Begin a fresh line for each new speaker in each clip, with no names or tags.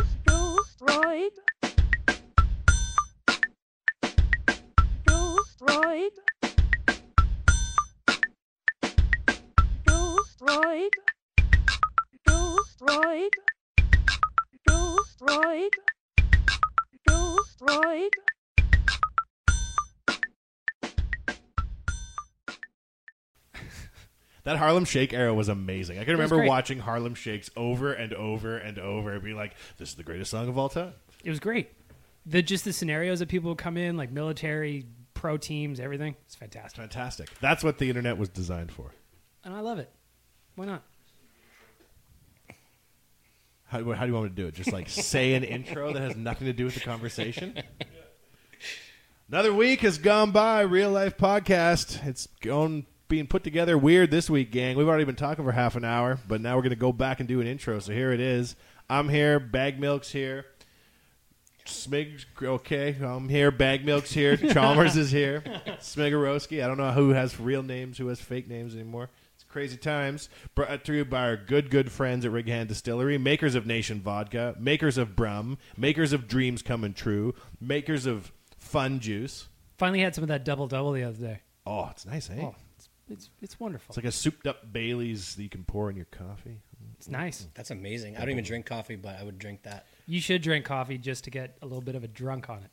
Right. Ghost ride. Ghost ride. Ghost ride. Ghost ride. Ghost ride.
That Harlem Shake era was amazing. I can
was
remember
great.
watching Harlem Shakes over and over and over and being like, this is the greatest song of all time.
It was great. The just the scenarios that people would come in, like military, pro teams, everything. It's fantastic,
Fantastic. That's what the internet was designed for.
and I love it. Why not?
How, how do you want me to do it? Just like say an intro that has nothing to do with the conversation? Another week has gone by, real life podcast. It's going being put together weird this week, gang. We've already been talking for half an hour, but now we're going to go back and do an intro. So here it is. I'm here, Bag Milk's here. Smig, okay, I'm here. Bag Milk's here. Chalmers is here. Smigorowski. I don't know who has real names, who has fake names anymore. It's crazy times. Brought to you by our good, good friends at Rigahan Distillery, makers of Nation Vodka, makers of Brum, makers of Dreams Coming True, makers of Fun Juice.
Finally had some of that double double the other day.
Oh, it's nice, eh?
Oh, it's it's, it's wonderful.
It's like a souped up Bailey's that you can pour in your coffee.
it's nice.
That's amazing. I don't even drink coffee, but I would drink that.
You should drink coffee just to get a little bit of a drunk on it.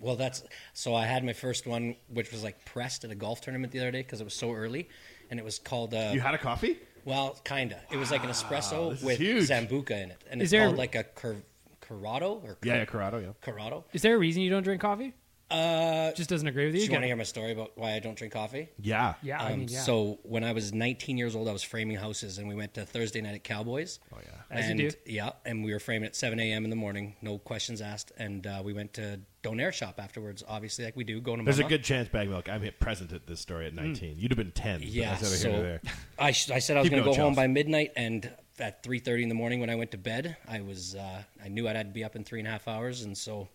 Well, that's so. I had my first one, which was like pressed at a golf tournament the other day because it was so early, and it was called. Uh,
You had a coffee?
well, kinda. It was like an espresso
this is
with
huge.
zambuca in it, and
Is
it's
there-
called like a cur- curado or
Yeah, yeah, Corrado, yeah.
curado.
Is there a reason you don't drink coffee?
Uh,
Just doesn't agree with you.
do you want
Get-
to hear my story about why I don't drink coffee?
Yeah.
yeah, I
Um,
mean, yeah.
So when I was 19 years old, I was framing houses, and we went to Thursday night at Cowboys. Oh yeah,
As you
and,
do.
Yeah, and we were framing at 7 a.m. in the morning, no questions asked, and uh, we went to Donair shop afterwards. Obviously, like we do, going to
There's a
Mama.
good chance, Bag Milk, I'm hit present at this story at 19. You'd have been 10. but
Yeah,
that's neither
so
here nor there.
I, sh- I said I was
Keep
going to go
going,
home
Charles.
by midnight, and at 3:30 in the morning when I went to bed, I was uh, I knew I'd had to be up in three and a half hours, and so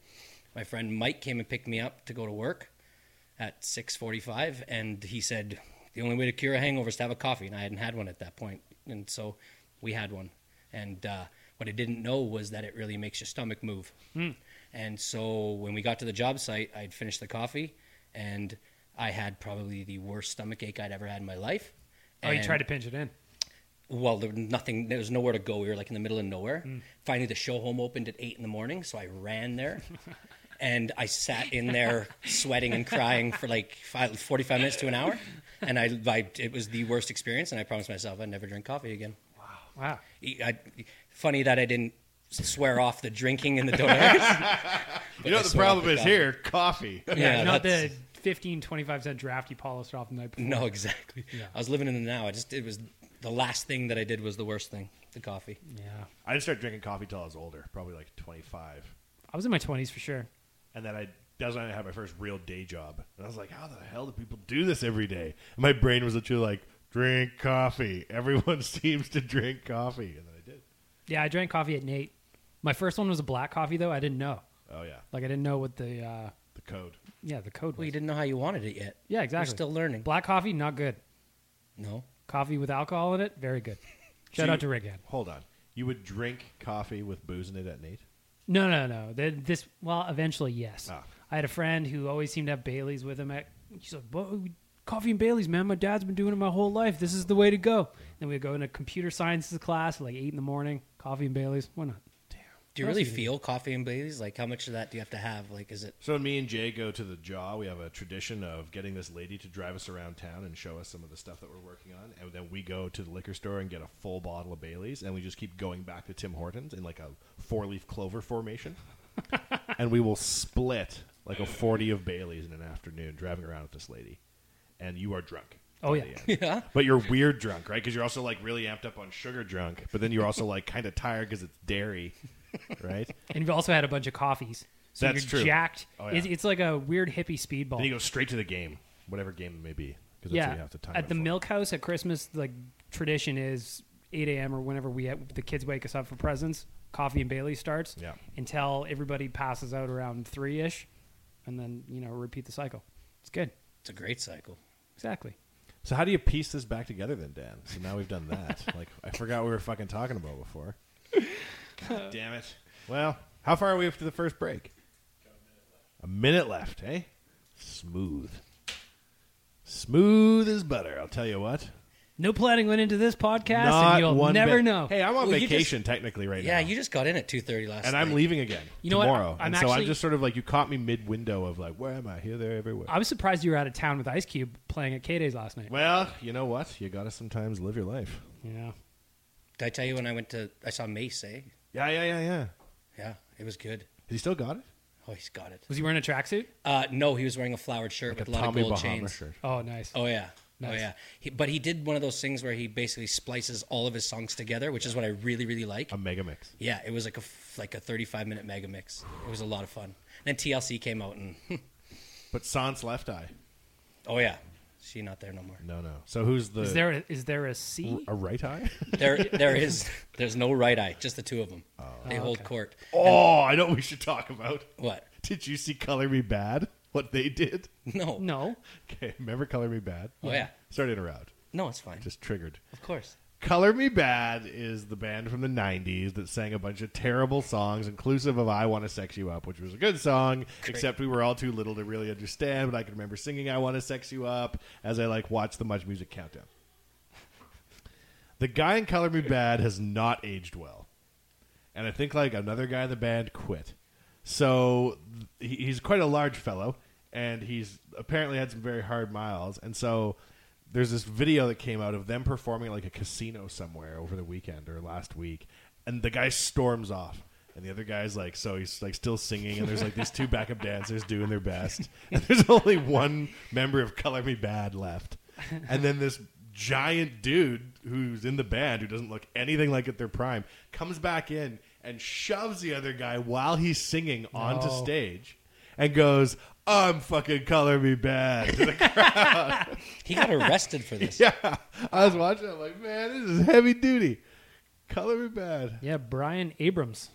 my friend Mike came and picked me up to go to work at 6:45, and he said the only way to cure a hangover is to have a coffee, and I hadn't had one at that point, and so we had one, and uh, what I didn't know was that it really makes your stomach move,
Hmm.
and so when we got to the job site, I'd finished the coffee, and I had probably the worst stomach ache I'd ever had in my life.
oh, you
And-
tried to pinch it in.
well, there was nothing. There was nowhere to go. We were like in the middle of nowhere.
Mm.
Finally, the show home opened at eight in the morning, so I ran there, and I sat in there sweating and crying for like five, 45 minutes to an hour, and I, I it was the worst experience. And E, I promised myself I'd never drink coffee again.
Wow.
I, funny that I didn't swear off the drinking and the donuts.
you know what the problem is here? Coffee.
yeah,
Not
Uh, that's-
the 15, 25 cent draft you polished off the night before.
No, exactly. I was living in the now. I just it was the last thing that I did was the worst thing, the coffee.
Yeah.
I didn't start drinking coffee till I was older, probably like 25.
I was in my 20s for sure.
And then I, that's when I had my first real day job. And I was like, how the hell do people do this every day? And my brain was literally like, drink coffee. Everyone seems to drink coffee. And then I did.
Yeah, I drank coffee at Nate. My first one was a black coffee, though. I didn't know.
Oh, yeah.
Like, I didn't know what the, uh,
The code.
yeah, the code
Well,
was.
you didn't know how you wanted it yet.
yeah, exactly.
You're still learning.
Black coffee, not good.
No,
Coffee with alcohol in it, very good. Shout
So
out to
you-
Rickhead.
Hold on. You would drink coffee with booze in it at Nate?
No, no, no. Th- This, well, eventually, yes.
Ah.
I had a friend who always seemed to have Bailey's with him. At, she's like, "Well, coffee and Bailey's, man. My dad's been doing it my whole life. This is the way to go. Then we'd go into computer sciences class at like 8 in the morning, coffee and Bailey's. Why not?
do you really feel coffee and Bailey's? Like, how much of that do you have to have? Like, is it?
So when me and Jay go to the Jaw, we have a tradition of getting this lady to drive us around town and show us some of the stuff that we're working on, and then we go to the liquor store and get a full bottle of Bailey's, and we just keep going back to Tim Hortons in like a four-leaf clover formation, and we will split like a forty of Bailey's in an afternoon driving around with this lady, and you are drunk.
Oh,
by
yeah.
the end. But you're weird drunk, right? Because you're also like really amped up on sugar drunk, but then you're also like kind of tired because it's dairy, right?
And you've also had a bunch of coffees. So
That's
you're
true.
jacked.
Oh,
it's,
yeah.
it's like a weird hippie speedball.
Then you go straight to the game, whatever game it may be, because that's
yeah.
what you have to time
at
it
the
for.
milk house at Christmas, like tradition is 8 a.m. or whenever we the kids wake us up for presents. Coffee and Bailey starts
Yeah.
until everybody passes out around three ish, and then you know repeat the cycle. It's good.
It's a great cycle.
Exactly.
So how do you piece this back together then, Dan? So now we've done that. like I forgot we were fucking talking about before. God damn it. Well, how far are we up to the first break? A minute left, eh? Smooth. Smooth as butter, I'll tell you what.
No planning went into this podcast,
Not
and you'll
one
never
bit-
know.
Hey, I'm on
Well, you
vacation technically right
Yeah,
now.
you just got in at two thirty last.
and I'm
night.
leaving again
You know what?
tomorrow.
I'm
and so I'm
actually-
just sort of like you caught me mid window of like, where am I? Here, there, everywhere.
I was surprised you were out of town with Ice Cube playing at K Days last night.
Well, you know what? You gotta sometimes live your life.
Yeah.
Did I tell you when I went to? I saw Mace. Eh?
Yeah, yeah, yeah, yeah. Has
Yeah, it was good.
he still got it?
Oh, he's got it.
Was he wearing a tracksuit?
Uh, no, he was wearing a flowered shirt with a, lot of gold
Bahama
chains.
shirt.
Oh, nice.
Oh yeah. Oh
Nice.
yeah, he, but he did one of those things where he basically splices all of his songs together, which is what I really, really like.
A mega mix.
Yeah, it was like a f- like a 35 minute mega mix. It was a lot of fun. And then TLC came out and
But Sans left eye.
oh yeah, she not there no more.
No, no. So who's the
Is there a, is there a C?
a right eye?
There there is there's no right eye, just the two of them. They hold court.
oh, I know what we should talk about.
What?
Did you see Color Me Bad? What they did?
No. No,
No.
Okay, remember Color Me Bad?
Oh, yeah.
Start in a round.
it's fine.
Just triggered.
of course.
Color Me Bad is the band from the 90s that sang a bunch of terrible songs, inclusive of I Want to Sex You Up, which was a good song, except we were all too little to really understand, but I can remember singing I Want to Sex You Up as I like watched the Much Music Countdown. The guy in Color Me Bad has not aged well. And I think like another guy in the band quit. So th- he- he's quite a large fellow and he's apparently had some very hard miles and so there's this video that came out of them performing at like a casino somewhere over the weekend or last week and the guy storms off and the other guy's like so he's like still singing and there's like these two backup dancers doing their best and there's only one member of color me bad left and then this giant dude who's in the band who doesn't look anything like at their prime comes back in and shoves the other guy while he's singing onto
No.
stage and goes, "I'm fucking color me bad." To the crowd.
He got arrested for this.
yeah, I was watching. I'm like, man, this is heavy duty. Color me bad.
Yeah, Brian Abrams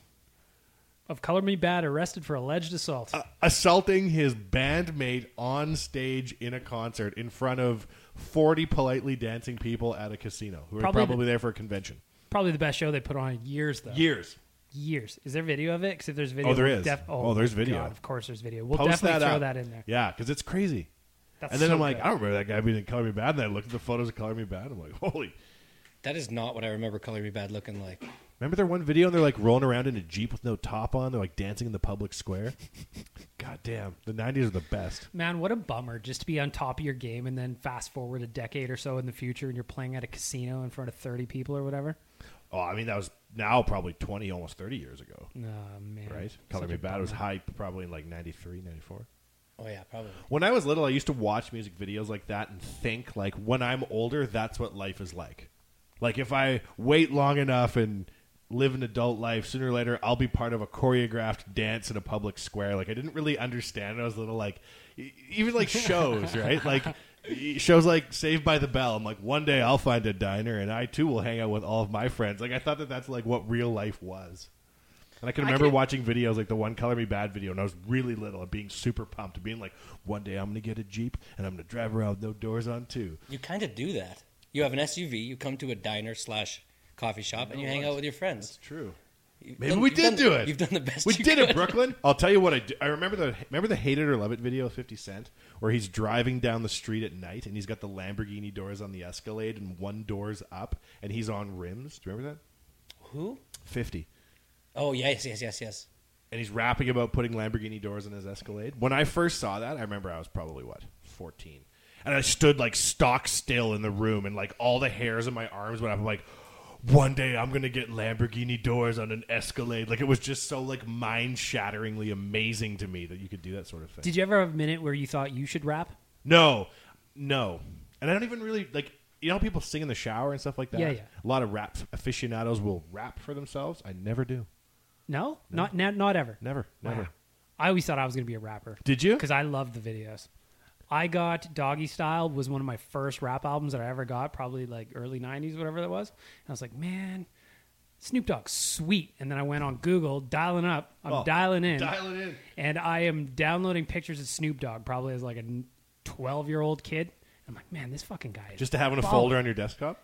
of Color Me Bad arrested for alleged assault.
Uh, assaulting his bandmate on stage in a concert in front of 40 politely dancing people at a casino who
Probably
are
the-
probably there for a convention.
Probably the best show they put on in years, though.
Years.
Years. Is there video of it? Because if there's video,
Oh, there
we'll
is. Oh, there's video.
God, of course, there's video. We'll
Post
definitely
that
throw
up.
that in there.
Yeah, because it's crazy.
That's
and then
so
I'm like,
good.
I don't remember that guy being in Color Me Bad. And I looked at the photos of Color Me Bad. I'm like, holy.
That is not what I remember Color Me Bad looking like.
Remember their one video and they're like rolling around in a Jeep with no top on? They're like dancing in the public square? God damn. The 90s are the best.
Man, what a bummer just to be on top of your game and then fast forward a decade or so in the future and you're playing at a casino in front of 30 people or whatever.
Oh, I mean that was now probably twenty, almost thirty years ago,
Oh, man.
right? Color
Such
Me
a
Bad was
bummer.
hype probably in like 93, 94.
Oh yeah, probably.
When I was little, I used to watch music videos like that and think like, when I'm older, that's what life is like. Like if I wait long enough and live an adult life, sooner or later, I'll be part of a choreographed dance in a public square. Like I didn't really understand. When I was little, like e- even like shows, right? Like e- shows like Saved by the Bell. I'm like, one day I'll find a diner and I too will hang out with all of my friends. Like I thought that that's like what real life was. And I can remember watching videos like the one Color Me Bad video, and I was really little and being super pumped, being like, one day I'm going to get a Jeep and I'm going to drive around with no doors on, too.
You kind of do that. You have an SUV. You come to a diner slash coffee shop and you hang out with your friends.
True.
You've
Maybe
done-
we
you've
did
done-
do it.
You've done the best.
We
you
did
could.
it, Brooklyn. I'll tell you what I do. I remember the remember the hate it or love it video of Fifty Cent, where he's driving down the street at night and he's got the Lamborghini doors on the Escalade and one door's up and he's on rims. Do you remember
Who?
that? Fifty.
Oh yes, yes, yes, yes.
and he's rapping about putting Lamborghini doors in his Escalade. When I first saw that, I remember I was probably what fourteen, and I stood like stock still in the room, and like all the hairs in my arms went up. I'm like, one day I'm gonna get Lamborghini doors on an Escalade. Like it was just so like mind shatteringly amazing to me that you could do that sort of thing.
Did you ever have a minute where you thought you should rap?
No, no, and I don't even really like. You know, how people sing in the shower and stuff like that.
Yeah, yeah.
A lot of rap aficionados will rap for themselves. I never do.
No, not not, not ever.
Never, never.
Wow. I always thought I was going to be a rapper.
Did you?
Because I loved the videos. I got Doggy Style was one of my first rap albums that I ever got, probably like early '90s, whatever that was. And I was like, man, Snoop Dogg, sweet. And then I went on Google, dialing up. I'm
Oh,
dialing in,
dial it in.
and I am downloading pictures of Snoop Dogg, probably as like a 12 year old kid. I'm like, man, this fucking guy. Is
Just to have in a
balling."
folder on your desktop.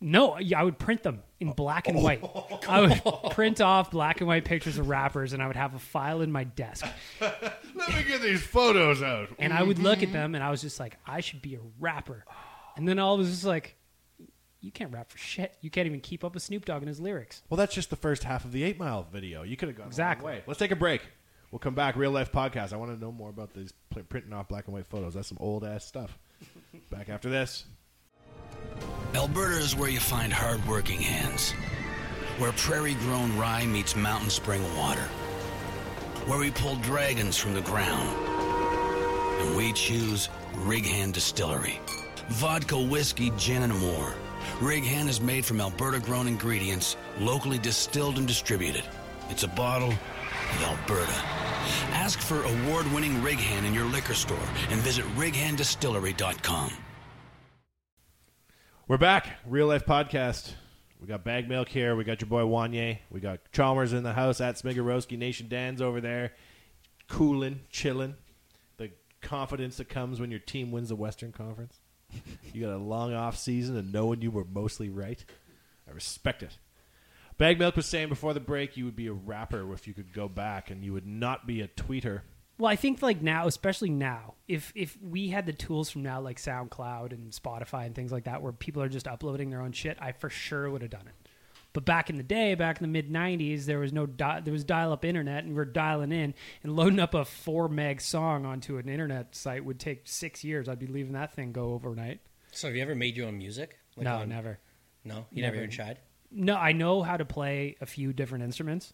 No, yeah, I would print them in black
Oh,
and white. I would print off black and white pictures of rappers, and I would have a file in my desk.
Let me get these photos out.
And I would look at them, and I was just like, I should be a rapper. And then I was just like, you can't rap for shit. You can't even keep up with Snoop Dogg and his lyrics.
Well, that's just the first half of the Eight Mile video. You could have gone
Exactly.
a long way. Let's take a break. We'll come back. Real life podcast. I want to know more about these pl- printing off black and white photos. That's some old ass stuff. back after this.
Alberta is where you find hard-working hands, where prairie-grown rye meets mountain spring water, where we pull dragons from the ground, and we choose Rig Hand Distillery. Vodka, whiskey, gin, and more. Rig Hand is made from Alberta-grown ingredients, locally distilled and distributed. It's a bottle of Alberta. Ask for award-winning Rig Hand in your liquor store and visit righanddistillery.com.
We're back. Real life podcast. We got bag milk here. We got your boy Wanye. We got Chalmers in the house at Smigorowski Nation. Dan's over there, cooling, chilling. The confidence that comes when your team wins the Western Conference. you got a long off season and knowing you were mostly right. I respect it. Bag milk was saying before the break you would be a rapper if you could go back, and you would not be a tweeter.
Well, I think like now, especially now, if if we had the tools from now, like SoundCloud and Spotify and things like that, where people are just uploading their own shit, I for sure would have done it. But back in the day, back in the mid '90s, there was no di- there was dial-up internet, and we are dialing in and loading up a four meg song onto an internet site would take six years. I'd be leaving that thing go overnight.
So have you ever made your own music? Like
no,
on-
never.
No, you never,
Never.
even tried.
No, I know how to play a few different instruments,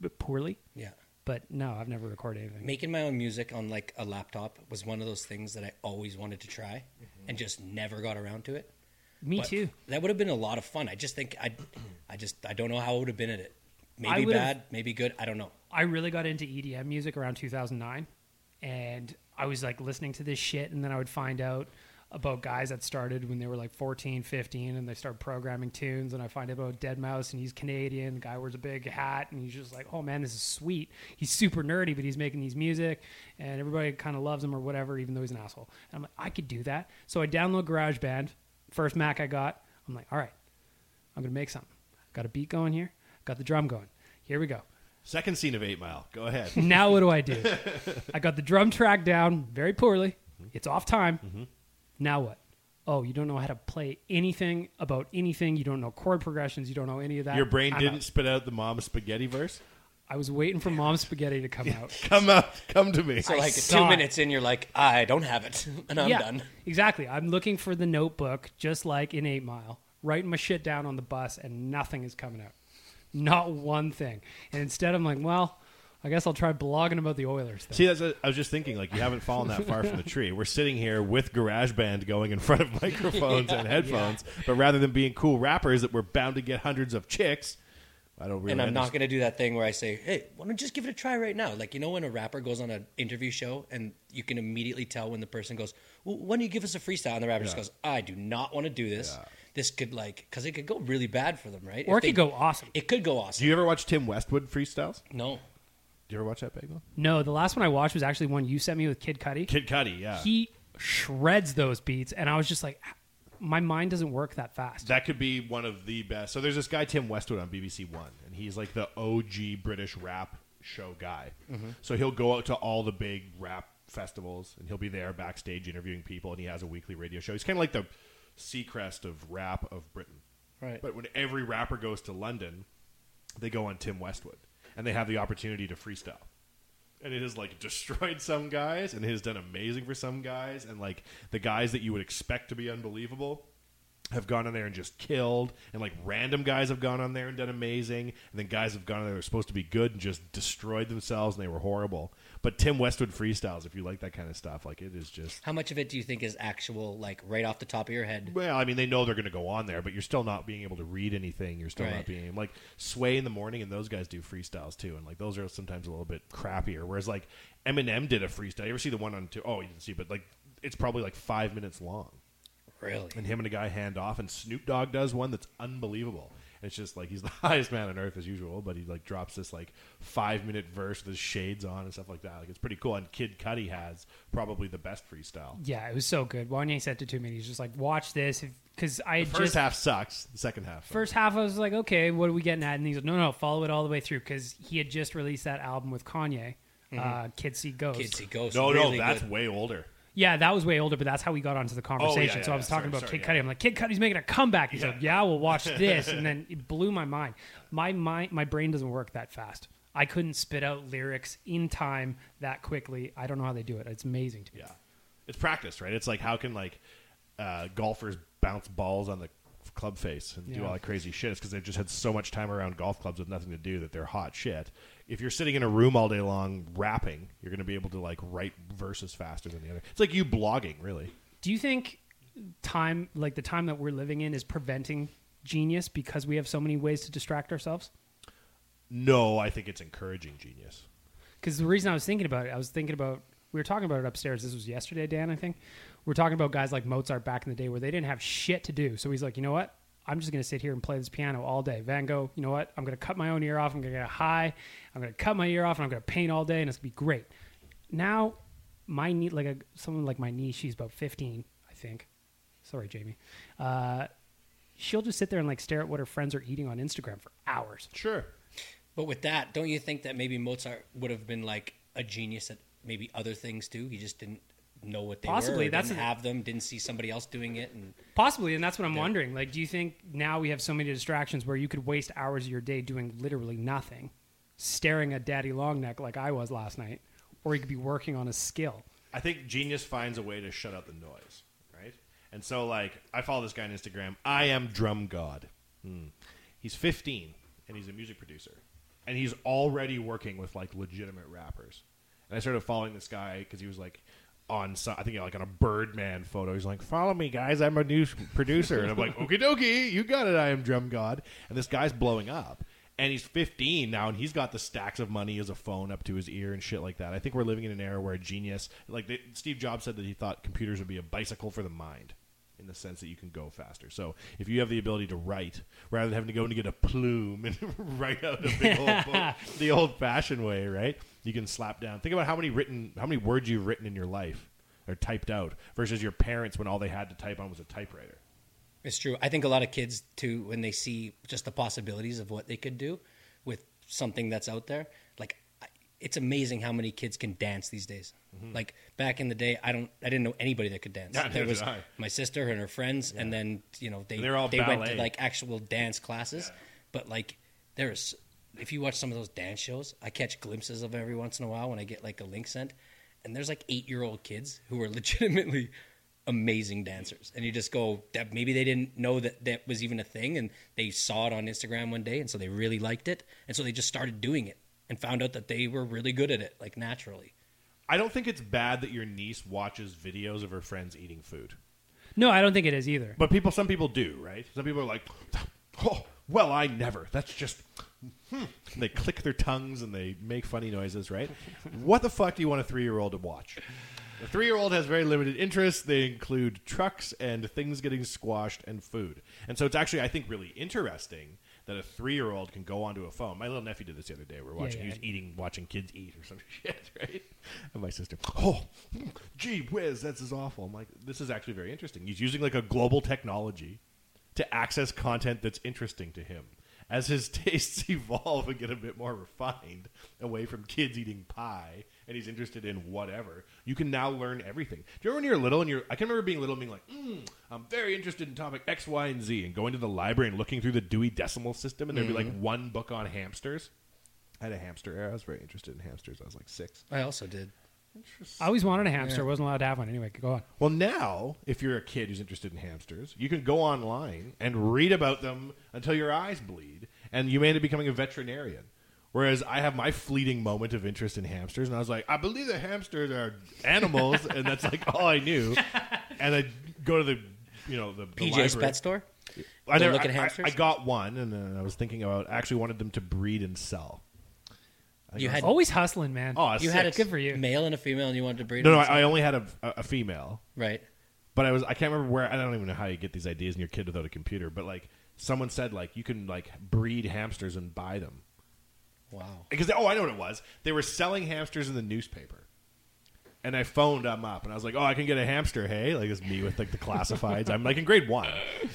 but poorly.
Yeah.
But no, I've never recorded anything.
Making my own music on like a laptop was one of those things that I always wanted to try and just never got around to it.
Me
But
too.
That would have been a lot of fun. I just think I, I just I don't know how I would have been at it.
I
Maybe
would've-
bad, maybe good. I don't know.
I really got into EDM music around 2009, and I was like listening to this shit, and then I would find out about guys that started when they were like 14, 15, and they start programming tunes, and I find out about Dead Mouse, and he's Canadian. The guy wears a big hat, and he's just like, oh man, this is sweet. He's super nerdy, but he's making these music, and everybody kind of loves him or whatever, even though he's an asshole. And I'm like, I could do that. So I download GarageBand, first Mac I got. I'm like, all right, I'm gonna make something. Got a beat going here. Got the drum going. Here we go
Second scene of Eight Mile. Go ahead.
now what do I do? I got the drum track down very poorly.
Mm-hmm.
It's off time. Now what? Oh, you don't know how to play anything about anything. You don't know chord progressions. You don't know any of that.
your brain
I'm
didn't
out.
spit out the mom spaghetti verse.
I was waiting for Mom's spaghetti to come out.
Come out. Come to me.
So like
saw
two
it.
minutes in, you're like, "Ah, I don't have it, and I'm
yeah,
done.
exactly. I'm looking for the notebook, just like in Eight Mile, writing my shit down on the bus, and nothing is coming out. Not one thing. And instead, I'm like, well, I guess I'll try blogging about the Oilers. Then.
See, that's a, I was just thinking, like, you haven't fallen that far from the tree. We're sitting here with GarageBand going in front of microphones and headphones, but rather than being cool rappers that we're bound to get hundreds of chicks, I don't really.
and I'm not
understand-
going to do that thing where I say, "Hey, why don't you just give it a try right now?" Like you know when a rapper goes on an interview show and you can immediately tell when the person goes, well, "Why don't you give us a freestyle?" And the rapper just goes, "I do not want to do this. This could like because it could go really bad for them, right?
Or
If
it could
they-
go awesome.
It could go awesome.
Do you ever watch Tim Westwood freestyles?
no,
Do you ever watch that, Bagel?
No, the last one I watched was actually one you sent me with Kid Cudi.
Kid Cudi, yeah.
He shreds those beats, and I was just like, my mind doesn't work that fast.
That could be one of the best. So there's this guy Tim Westwood on BBC One, and he's like the OG British rap show guy. So he'll go out to all the big rap festivals, and he'll be there backstage interviewing people, and he has a weekly radio show. He's kind of like the Seacrest of rap of Britain.
Right.
But when every rapper goes to London, they go on Tim Westwood, and they have the opportunity to freestyle. And it has like destroyed some guys, and it has done amazing for some guys, and like the guys that you would expect to be unbelievable have gone on there and just killed, and like random guys have gone on there and done amazing, and then guys have gone on there that were supposed to be good and just destroyed themselves and they were horrible. But Tim Westwood freestyles, if you like that kind of stuff, like it is just
how much of it do you think is actual? Like right off the top of your head,
well, I mean, they know they're going to go on there, but you're still not being able to read anything. You're still not
Right.
being like Sway in the morning, and those guys do freestyles too, and like those are sometimes a little bit crappier. Whereas like Eminem did a freestyle. You ever see the one on two oh you didn't see, but like it's probably like five minutes long,
really?
and him and a guy hand off, and Snoop Dogg does one that's unbelievable. And it's just like he's the highest man on earth as usual, but he like drops this like five minute verse with his shades on and stuff like that. Like it's pretty cool. And Kid Cudi has probably the best freestyle.
Yeah, it was so good. Wanye sent it to me, and he's just like, watch this. Because I had
First
just.
half sucks. The second half.
First half, I was like, okay, what are we getting at? And he's like, no, no, follow it all the way through because he had just released that album with Kanye,
Mm-hmm.
uh, Kids See Ghosts.
Kids, he goes.
No,
really
no, that's
good.
way older.
Yeah, that was way older, but that's how we got onto the conversation.
Oh, yeah,
so
yeah,
I was
sorry,
talking about
sorry,
Kid
yeah.
Cudi. I'm like, Kid Cudi's making a comeback. He's like, yeah, we'll watch this, and then it blew my mind. My mind, my brain doesn't work that fast. I couldn't spit out lyrics in time that quickly. I don't know how they do it. It's amazing to me.
Yeah, it's practice, right? It's like how can like uh, golfers bounce balls on the club face and do
Yeah.
all that crazy shit? It's because they've just had so much time around golf clubs with nothing to do that they're hot shit. If you're sitting in a room all day long rapping, you're going to be able to like write verses faster than the other. It's like you blogging, really.
Do you think time, like the time that we're living in, is preventing genius because we have so many ways to distract ourselves?
No, I think it's encouraging genius.
because the reason I was thinking about it, I was thinking about we were talking about it upstairs. This was yesterday, Dan. I think we are talking about guys like Mozart back in the day where they didn't have shit to do. So he's like, you know what? I'm just gonna sit here and play this piano all day. Van Gogh, you know what? I'm gonna cut my own ear off. I'm gonna get a high. I'm gonna cut my ear off and I'm gonna paint all day and it's gonna be great. Now, my niece, like a, someone like my niece, she's about 15, I think. Sorry, Jamie. Uh, she'll just sit there and like stare at what her friends are eating on Instagram for hours.
Sure.
But with that, don't you think that maybe Mozart would have been like a genius at maybe other things too? He just didn't know what they
Possibly,
were, or
that's
didn't
a-
have them, didn't see somebody else doing it, and
Possibly, and that's what I'm wondering. Like, do you think now we have so many distractions where you could waste hours of your day doing literally nothing, staring at Daddy Longneck like I was last night, or you could be working on a skill?
I think genius finds a way to shut out the noise, right? And so, like, I follow this guy on Instagram. I am Drum God. Hmm. He's 15 and he's a music producer, and he's already working with like legitimate rappers. And I started following this guy because he was like on some, I think like on a Birdman photo. He's like, "Follow me, guys. I'm a new producer." and I'm like, "Okie dokie, you got it. I am Drum God." And this guy's blowing up. And he's 15 now, and he's got the stacks of money as a phone up to his ear and shit like that. I think we're living in an era where a genius, like they, Steve Jobs said, that he thought computers would be a bicycle for the mind, in the sense that you can go faster. So if you have the ability to write, rather than having to go and get a plume and write out a big old book, the old-fashioned way, right? You can slap down. Think about how many written, how many words you've written in your life or typed out versus your parents when all they had to type on was a typewriter.
It's true. I think a lot of kids too, when they see just the possibilities of what they could do with something that's out there, like I- it's amazing how many kids can dance these days. Like back in the day, I don't, I didn't know anybody that could dance.
Yeah,
there
Mm-hmm. neither
was
did I.
my sister and her friends, and then you know they
They're all
they went to
ballet.
like actual dance classes. But like there's, if you watch some of those dance shows, I catch glimpses of every once in a while when I get like a link sent, and there's like eight year old kids who are legitimately amazing dancers, and you just go that maybe they didn't know that that was even a thing, and they saw it on Instagram one day, and so they really liked it, and so they just started doing it, and found out that they were really good at it, like naturally.
I don't think it's bad that your niece watches videos of her friends eating food.
No, I don't think it is either.
But people, some people do, right? Some people are like, oh, well, I never. That's just. Hmm. And They click their tongues and they make funny noises, right? what the fuck do you want a three year old to watch? The three year old has very limited interests. They include trucks and things getting squashed and food. And so it's actually, I think, really interesting that a three year old can go onto a phone. My little nephew did this the other day. We are watching,
yeah,
he was eating, watching kids eat or some shit, right? And my sister, oh, hmm, gee whiz, this is awful. I'm like, this is actually very interesting. He's using like a global technology to access content that's interesting to him. As his tastes evolve and get a bit more refined away from kids eating pie and he's interested in whatever, you can now learn everything. Do you remember when you were little and you're, I can remember being little and being like, mm, I'm very interested in topic X, Y, and Z and going to the library and looking through the Dewey Decimal System and there'd be like one book on hamsters. I had a hamster era. I was very interested in hamsters. I was like six.
I also did.
I always wanted a hamster. wasn't allowed to have one anyway. Go on.
Well, now, if you're a kid who's interested in hamsters, you can go online and read about them until your eyes bleed, and you may end up becoming a veterinarian. Whereas I have my fleeting moment of interest in hamsters, and I was like, I believe that hamsters are animals, and that's like all I knew. And I go to the, you know, the, the
PJ's
library.
pet store.
I
Go
never
look at
I- I-
hamsters?
I, got one, and then I was thinking about I actually wanted them to breed and sell.
You had
Always hustling, man.
Oh, I was
you had a
six.
Good for you.
male and a female, and you wanted to breed.
no, no,
them,
I, I only had a, a, a female.
right.
but I was I can't remember where I don't even know how you get these ideas in your kid without a computer, but like someone said like you can like breed hamsters and buy them.
Wow.
Because oh, I know what it was. They were selling hamsters in the newspaper. And I phoned them up and I was like, "Oh, I can get a hamster, hey?" Like it's me with like the classifieds. I'm like in grade 1.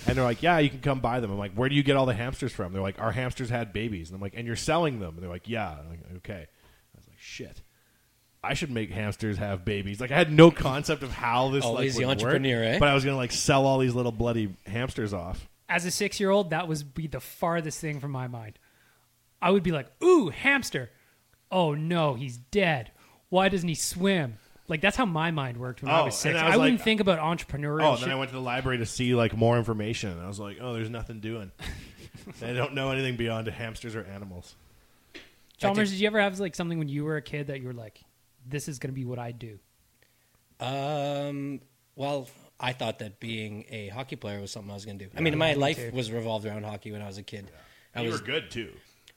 And they're like, "Yeah, you can come buy them." I'm like, "Where do you get all the hamsters from?" They're like, "Our hamsters had babies." And I'm like, "And you're selling them?" And they're like, "Yeah." I'm like, "Okay." I was like, "Shit." I should make hamsters have babies. Like I had no concept of how this
Always
like
the
would work,
entrepreneur, eh?
But I was gonna like sell all these little bloody hamsters off.
As a six-year-old, that was be the farthest thing from my mind. I would be like, "Ooh, hamster! Oh no, he's dead. Why doesn't he swim?" Like that's how my mind worked when I
Oh,
was
and
six.
I
I,
was
wouldn't
like-
think about entrepreneurial.
Oh, and
shit.
then I went to the library to see like more information, and I was like, "Oh, there's nothing doing. I don't know anything beyond hamsters or animals."
Chalmers, did you ever have like something when you were a kid that you were like, "This is going to be what I do"?
Um. Well, I thought that being a hockey player was something I was going to do. I mean, my life was revolved around hockey when I was a kid. I
you
was
were good too.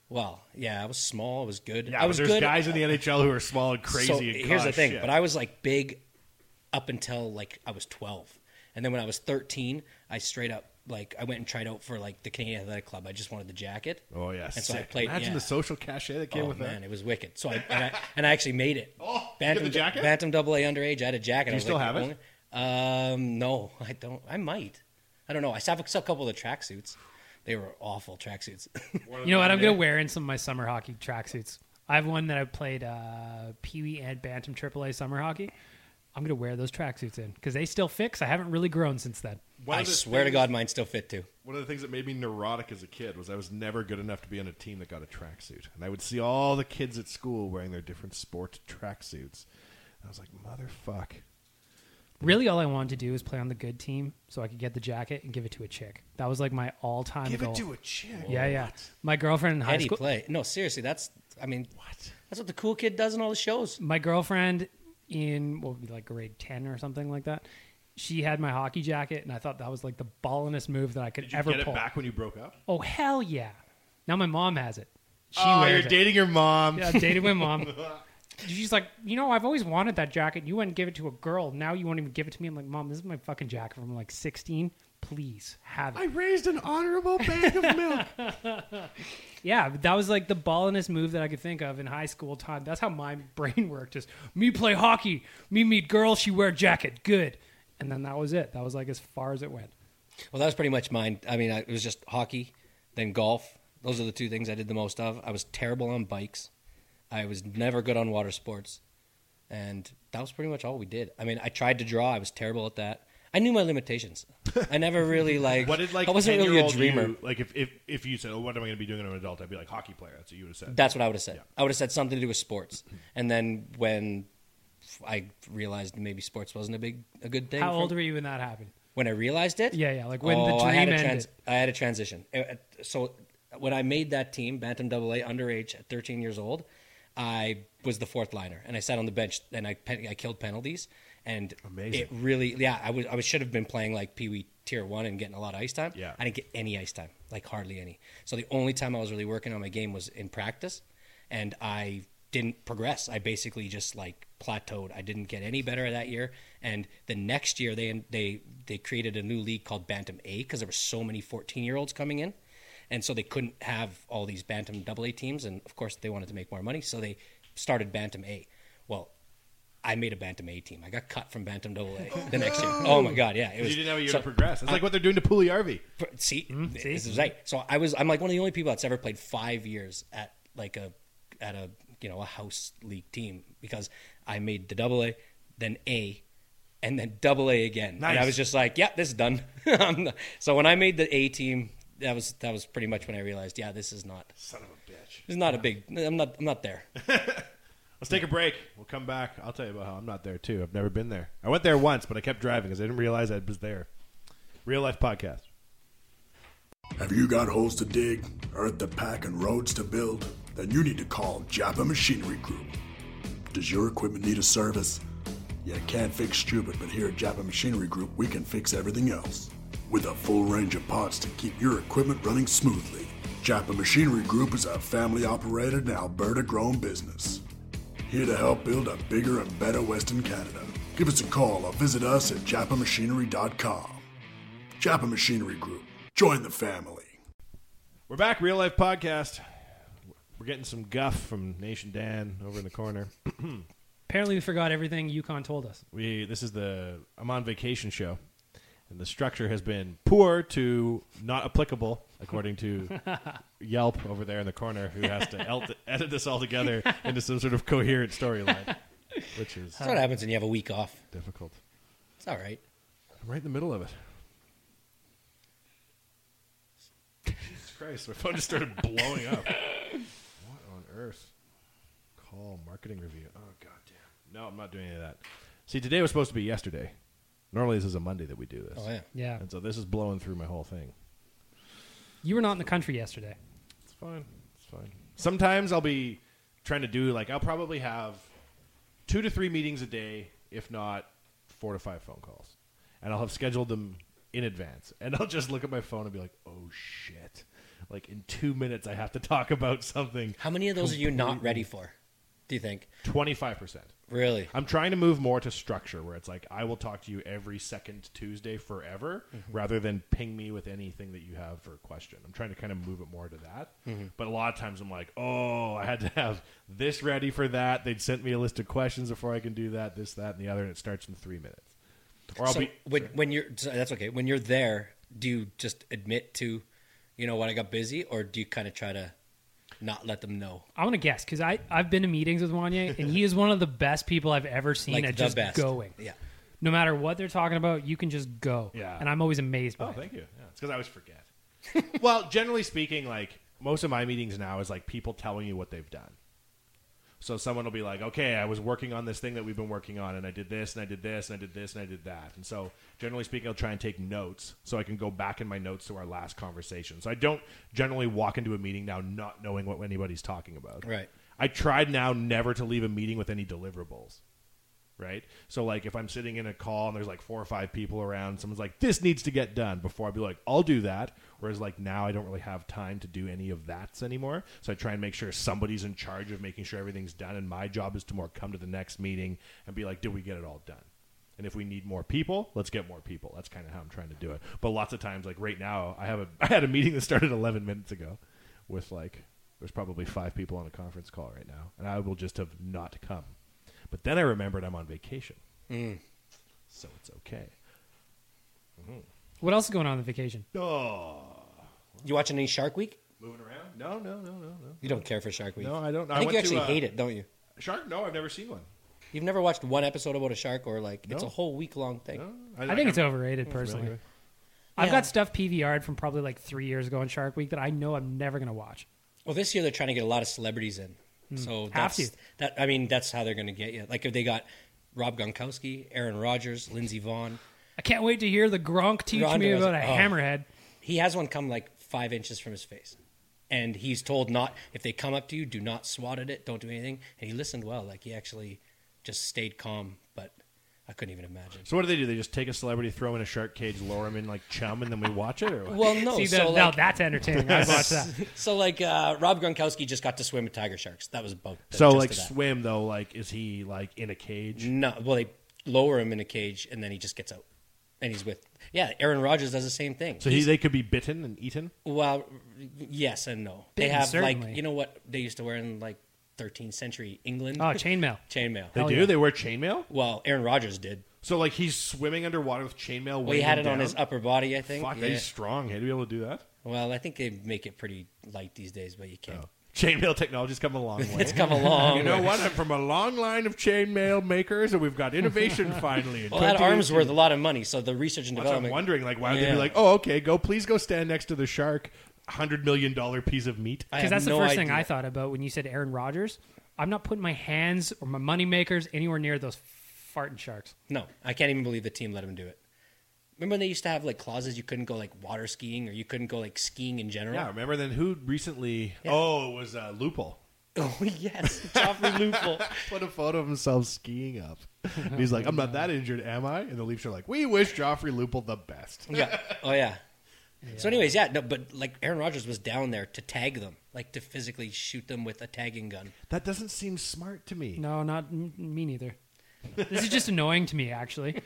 well, yeah. I was small. I was good.
Yeah,
I
but
was
there's
good.
guys in the NHL who are small and crazy.
So
and
here's the
cause
thing,
shit.
but I was like big up until like I was 12. And then when I was 13, I straight up like I went and tried out for like the Canadian Athletic Club. I just wanted the jacket.
oh yeah,
And so I
sick.
played-
Imagine
yeah.
the social cachet that came
oh
with
man,
that.
it was wicked. So I and I, and I actually made it.
Oh, you
Bantam
had the jacket?
Bantam double A underage. I had a jacket. Do
you still have it?
Um, no, I don't. I might. I don't know. I saw a couple of the tracksuits. They were awful tracksuits.
You know what? I'm going to wear in some of my summer hockey tracksuits. I have one that I played uh, Pee Wee and Bantam AAA summer hockey. I'm going to wear those tracksuits in because they still fix. I haven't really grown since then.
One
I
of the
swear to
things-
God, mine still fit too.
One of the things that made me neurotic as a kid was I was never good enough to be on a team that got a tracksuit. And I would see all the kids at school wearing their different sport tracksuits. And I was like, motherfuck.
Really, all I wanted to do was play on the good team so I could get the jacket and give it to a chick. That was like my all time
Give
goal.
it to a chick.
yeah, yeah. My girlfriend in high
Eddie
school.
play. No, seriously, that's. I mean, what? That's what the cool kid does in all the shows.
my girlfriend in what would be like grade 10 or something like that. She had my hockey jacket, and I thought that was like the ballinest move that I could
Did you
ever
get
pull.
it back when you broke up?
Oh hell yeah! Now my mom has it. She
oh,
wears
you're
it.
dating your mom.
Yeah, I dated my mom. She's like, you know, I've always wanted that jacket. You wouldn't give it to a girl. Now you won't even give it to me. I'm like, mom, this is my fucking jacket from like 16. Please have it.
I raised an honorable bag of milk.
yeah, but that was like the ballinest move that I could think of in high school time. That's how my brain worked. Just me play hockey, me meet girl, she wear jacket, good. And then that was it. That was like as far as it went.
Well, that was pretty much mine. I mean, I, it was just hockey, then golf. Those are the two things I did the most of. I was terrible on bikes. I was never good on water sports, and that was pretty much all we did. I mean, I tried to draw. I was terrible at that. I knew my limitations. I never really like.
What did like
I wasn't really a
10-year-old
dreamer.
you- like if, if if you said, "Oh, what am I going to be doing when I'm an adult?" I'd be like hockey player. That's what you would have said.
That's what I would have said. I would have said something to do with sports. And then when I realized maybe sports wasn't a big a good thing.
How
for-
old were you when that happened?
when I realized it? Oh,
Yeah, yeah, like when the
I had
dream
a
ended.
I had a transition. Uh, uh, So when I made that team, Bantam Double A, underage at 13 years old, I was the fourth liner, and I sat on the bench, and I pen- I killed penalties, and it really, yeah, I was I was, should have been playing like Pee Wee Tier One and getting a lot of ice time.
Yeah.
I didn't get any ice time, like hardly any. So the only time I was really working on my game was in practice, and I didn't progress. I basically just like plateaued. I didn't get any better that year. And the next year, they they they created a new league called Bantam A because there were so many 14 year olds coming in, and so they couldn't have all these Bantam Double A teams. And of course, they wanted to make more money, so they started Bantam A. Well. I made a Bantam A team. I got cut from Bantam Double A the next year. Oh my god, yeah, it was.
You didn't have a year
so-
to progress. It's like what they're doing to Pugliarvi.
Pr- Mm-hmm. See, this is right. So I was, I'm like one of the only people that's ever played five years at like a, at a, you know, a house league team because I made the double A, then A, and then double A again. And I
Nice.
was just like, yeah, this is done. I'm not- so when I made the A team, that was, that was pretty much when I realized, yeah, this is not,
Son of a bitch.
this is not a big, I'm not, I'm not there.
Let's take a break. We'll come back. I'll tell you about how I'm not there too. I've never been there. I went there once, but I kept driving because I didn't realize I was there. Real life podcast.
Have you got holes to dig, earth to pack, and roads to build? Then you need to call Japa Machinery Group. Does your equipment need a service? You can't fix stupid, but here at Japa Machinery Group, we can fix everything else. With a full range of parts to keep your equipment running smoothly, Japa Machinery Group is a family operated and Alberta grown business. Here to help build a bigger and better Western Canada. Give us a call or visit us at japamachinery.com. Japa Machinery Group. Join the family.
We're back. Real life podcast. We're getting some guff from Nation Dan over in the corner.
Apparently, we forgot everything Yukon told us.
We this is the I'm on vacation show, and the structure has been poor to not applicable according to Yelp over there in the corner, who has to el- edit this all together into some sort of coherent storyline, which is
That's what happens when you have a week off.
difficult.
It's all right.
I'm right in the middle of it. Jesus Christ, my phone just started blowing up. What on earth? Call marketing review. Oh goddamn. No, I'm not doing any of that. See, today was supposed to be yesterday. Normally this is a Monday that we do this.
Oh yeah.
Yeah,
And so this is blowing through my whole thing.
you were not in the country yesterday.
It's fine. It's fine. Sometimes I'll be trying to do like I'll probably have two to three meetings a day, if not four to five phone calls, and I'll have scheduled them in advance. And I'll just look at my phone and be like, "Oh shit!" Like in two minutes, I have to talk about something.
How many of those are you not ready for? Do you think?
Twenty five percent.
Really?
I'm trying to move more to structure where it's like I will talk to you every second Tuesday forever rather than ping me with anything that you have for a question. I'm trying to kind of move it more to that. But a lot of times I'm like, oh, I had to have this ready for that. They'd sent me a list of questions before I can do that, this, that, and the other, and it starts in three minutes. Or I'll
so
be
when, when you're so that's okay. When you're there, do you just admit to, you know what, I got busy, or do you kind of try to not let them know?
I want to guess because I I've been to meetings with Wanye, and he is one of the best people I've ever seen
Like
at
the
just
best.
going.
Yeah.
No matter what they're talking about, you can just go.
Yeah.
And I'm always amazed by
Oh,
it.
thank you. Yeah, it's because I always forget. well, generally speaking, like most of my meetings now is like people telling you what they've done. So someone will be like, "Okay, I was working on this thing that we've been working on, and I did this, and I did this, and I did this, and I did that." And so, generally speaking, I'll try and take notes so I can go back in my notes to our last conversation. So I don't generally walk into a meeting now not knowing what anybody's talking about.
Right.
I tried now never to leave a meeting with any deliverables right? So like if I'm sitting in a call and there's like four or five people around, someone's like, "This needs to get done." Before I'd be like, "I'll do that." Whereas like now I don't really have time to do any of that anymore. So I try and make sure somebody's in charge of making sure everything's done, and my job is to more come to the next meeting and be like, "Did we get it all done?" And if we need more people, let's get more people. That's kind of how I'm trying to do it. But lots of times, like right now, I have a I had a meeting that started 11 minutes ago, with like there's probably five people on a conference call right now, and I will just have not come. But then I remembered I'm on vacation. Mm. So it's okay.
What else is going on on the vacation?
Oh.
You watching any Shark Week?
Moving around? No, no, no, no, no.
You don't care for Shark Week.
No, I don't.
I,
I
think you
went to,
actually
uh,
hate it, don't you?
Shark? No, I've never seen one.
You've never watched one episode about a shark, or like it's
No.
a whole week long thing.
No?
I think it's overrated personally.
with-
I've
Yeah.
got stuff PVR'd from probably like three years ago on Shark Week that I know I'm never gonna watch.
Well, this year they're trying to get a lot of celebrities in, so
Hmm. Have
that's
to.
that. I mean, that's how they're going to get you. Like if they got Rob Gronkowski, Aaron Rodgers, Lindsey Vaughn.
I can't wait to hear the Gronk teach
Rondo
me
was-
about a
oh.
hammerhead.
He has one come like five inches from his face. And he's told not, if they come up to you, do not swat at it, don't do anything. And he listened well. Like he actually just stayed calm, but I couldn't even imagine.
So what do they do? They just take a celebrity, throw him in a shark cage, lure him in like chum, and then we watch it. Or what?
Well, no,
See,
so
that,
like,
now that's entertaining. I watched that.
so like uh, Rob Gronkowski just got to swim with tiger sharks. That was about the
so
gist
like
of that.
swim though, like is he like in a cage?
No, well, they lower him in a cage and then he just gets out, and he's with. Yeah, Aaron Rodgers does the same thing.
So he, they could be bitten and eaten.
well, yes and no. They
Bitten,
have
certainly.
like you know what they used to wear in like 13th century England.
Oh, chainmail.
chainmail.
They do. They wear chainmail.
Well, Aaron Rodgers did.
So like he's swimming underwater with chainmail.
Well, he
weighing
had it
him
on
down?
his upper body, I think.
Fuck,
Yeah.
he's strong. He'd be able to do that.
Well, I think they make it pretty light these days, but you can't.
Oh. Chainmail technology's come a long way.
It's come along.
You know what? I'm from a long line of chainmail makers, and we've got innovation finally. in
Well, that
2018.
arm's worth a lot of money, so the research and
That's what I'm
development.
wondering. Like, why would they
Yeah.
be like, "Oh, okay, go, please go stand next to the shark, hundred million dollar piece of meat."
I
Because
have
that's the
no
first thing
idea.
I thought about when you said Aaron Rodgers. I'm not putting my hands or my money makers anywhere near those farting sharks.
No, I can't even believe the team let him do it. Remember when they used to have like clauses you couldn't go like water skiing or you couldn't go like skiing in general?
Yeah, remember then? Who recently? Oh, it was uh, Loophole.
Oh yes, Joffrey Loophole.
Put a photo of himself skiing up. And he's like, "I'm not that injured, am I?" And the Leafs are like, "We wish Joffrey Loophole the best."
Yeah. Oh yeah. So, anyways, yeah, no, but like Aaron Rodgers was down there to tag them, like to physically shoot them with a tagging gun.
That doesn't seem smart to me.
No, not m- me neither. This is just annoying to me, actually.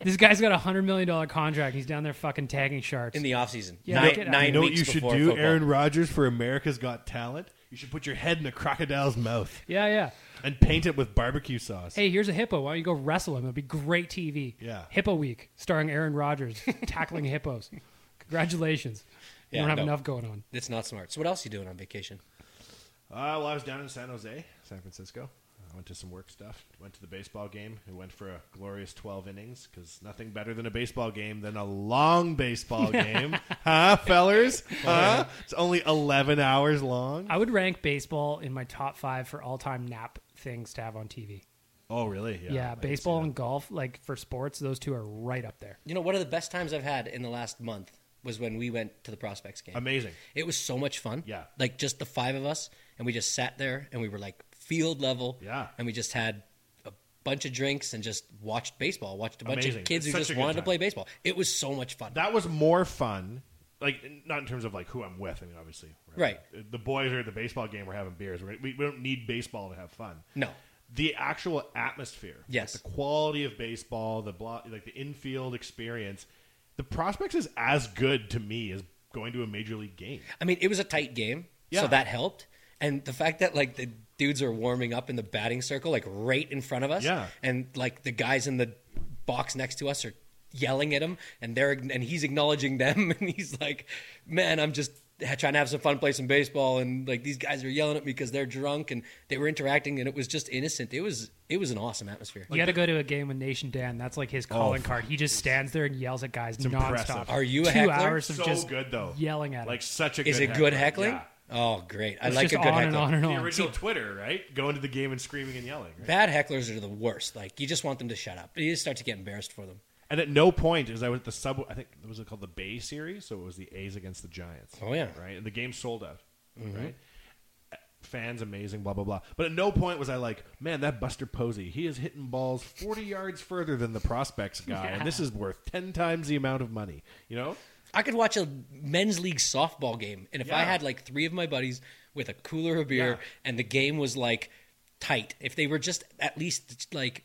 This guy's got a hundred million dollar contract. He's down there fucking tagging sharks.
in the offseason.
Yeah,
nine,
look at-
nine
You know what
weeks
you should
before
do,
football.
Aaron Rodgers, for America's Got Talent? You should put your head in a crocodile's mouth
yeah, yeah.
and paint it with barbecue sauce.
Hey, here's a hippo. Why don't you go wrestle him? It'd be great TV.
Yeah.
Hippo Week, starring Aaron Rodgers tackling hippos. Congratulations. You
Yeah,
don't have
no.
enough going on.
It's not smart. So what else you doing on vacation?
Uh, well, I was down in San Jose, San Francisco. I went to some work stuff. Went to the baseball game. It went for a glorious 12 innings because nothing better than a baseball game than a long baseball game. huh, fellers? Huh? It's only 11 hours long.
I would rank baseball in my top five for all time nap things to have on TV.
Oh, really?
Yeah,
I can see
baseball
that.
and golf, like for sports, those two are right up there.
You know, one of the best times I've had in the last month was when we went to the prospects game.
Amazing.
It was so much fun.
Yeah.
Like just the five of us, and we just sat there and we were like field level.
Yeah.
And we just had a bunch of drinks and just watched baseball, watched a bunch
Amazing.
of kids
It's
who
such a
just
good
wanted to
time.
play baseball. It was so much fun.
That was more fun. Like not in terms of like who I'm with. I mean, obviously, we're having- The boys are at the baseball game. We're having beers. We're, we we don't need baseball to have fun.
No.
The actual atmosphere. like,
Yes.
the quality of baseball. The blo- like the infield experience. The prospects is as good to me as going to a major league game.
I mean, it was a tight game,
Yeah.
so that helped. And the fact that like the dudes are warming up in the batting circle, like right in front of us,
Yeah.
and like the guys in the box next to us are yelling at him, and they're and he's acknowledging them, and he's like, "Man, I'm just." ha- Trying to have some fun, play some baseball, and like these guys are yelling at me because they're drunk and they were interacting, and it was just innocent. It was it was an awesome atmosphere.
you got to go to a game with Nation Dan. That's like his calling card. He just stands there and yells at guys
Oh, impressive.
nonstop.
Are you a
two
heckler?
hours of
so
just
good though.
yelling at
like
him.
such a.
Is
good
it good
heckler.
heckling?
Yeah.
Oh, great! I
It's
like
just
a good
on
heckler.
and on and on.
The original Twitter, right? Going to the game and screaming and yelling. Right?
Bad hecklers are the worst. Like you just want them to shut up. You just start to get embarrassed for them.
And at no point is I was at the sub. I think it was called the Bay Series, so it was the A's against the Giants.
Oh, yeah. Mm-hmm.
right. And the game sold out. Right. Fans amazing, blah blah blah. But at no point was I like, man, that Buster Posey, he is hitting balls forty yards further than the prospects guy, and this is worth ten times the amount of money. You know,
I could watch a men's league softball game, and if I
Yeah.
had like three of my buddies with a cooler of beer,
Yeah.
and the game was like tight, if they were just at least like,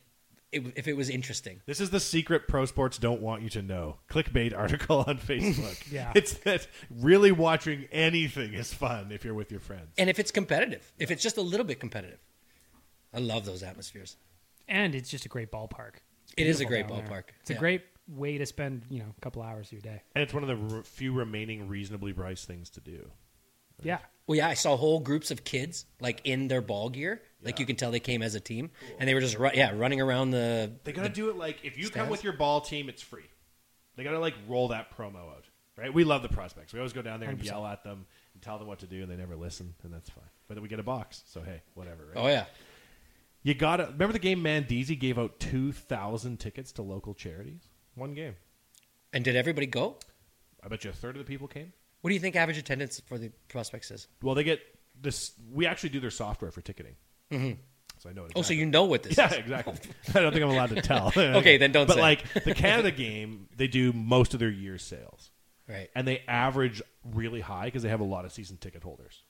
it, if it was interesting,
this is the secret pro sports don't want you to know clickbait article on Facebook.
Yeah.
it's that really watching anything is fun if you're with your friends.
and if it's competitive, if it's just a little bit competitive, I love those atmospures.
and it's just a great ballpark.
It is a
Beautiful
great
down there.
ballpark.
It's a
Yeah.
great way to spend you know a couple hours of your day.
And it's one of the re- few remaining reasonably priced things to do.
Yeah,
Well, yeah, I saw whole groups of kids like in their ball gear, like you can tell they came as a team, and they were just ru- yeah running around the.
They gotta do it like if you come
Stands?
with your ball team, it's free. They gotta like roll that promo out, right? We love the prospects. We always go down there and yell at them and tell them what to do, and they never listen, and that's fine. But then we get a box, so hey, whatever. Right?
Oh yeah,
You got to remember the game Mandeasy gave out 2,000 tickets to local charities? One game.
And did everybody go?
I bet you a third of the people came.
What do you think average attendance for the prospects is?
Well, they get this. We actually do their software for ticketing. Mm-hmm. So I know. Exactly.
Oh, so you know what this
Yeah,
is.
exactly. I don't think I'm allowed to tell.
Okay, then don't
But
say.
like the Canada game, they do most of their year's sales,
Right.
and they average really high because they have a lot of season ticket holders.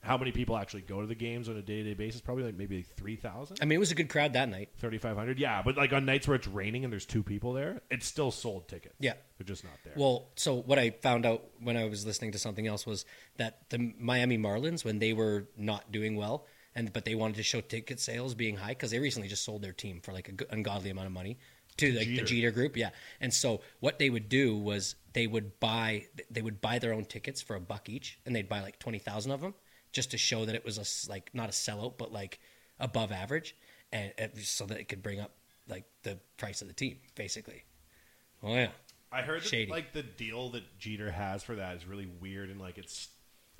How many people actually go to the games on a day to day basis? Probably like maybe three thousand.
I mean, it was a good crowd that night.
3,500. Yeah, but like on nights where it's raining and there's two people there, it's still sold tickets.
Yeah.
They're just not there.
Well, so what I found out when I was listening to something else was that the Miami Marlins, when they were not doing well, and but they wanted to show ticket sales being high because they recently just sold their team for like an ungodly amount of money to like the Jeter Group, yeah. And so what they would do was they would buy they would buy their own tickets for a buck each, and they'd buy like twenty thousand of them just to show that it was a s like not a sellout, but like above average, and and so that it could bring up like the price of the team, basically. Oh yeah.
I heard that,
Shady.
like the deal that Jeter has for that is really weird and like it's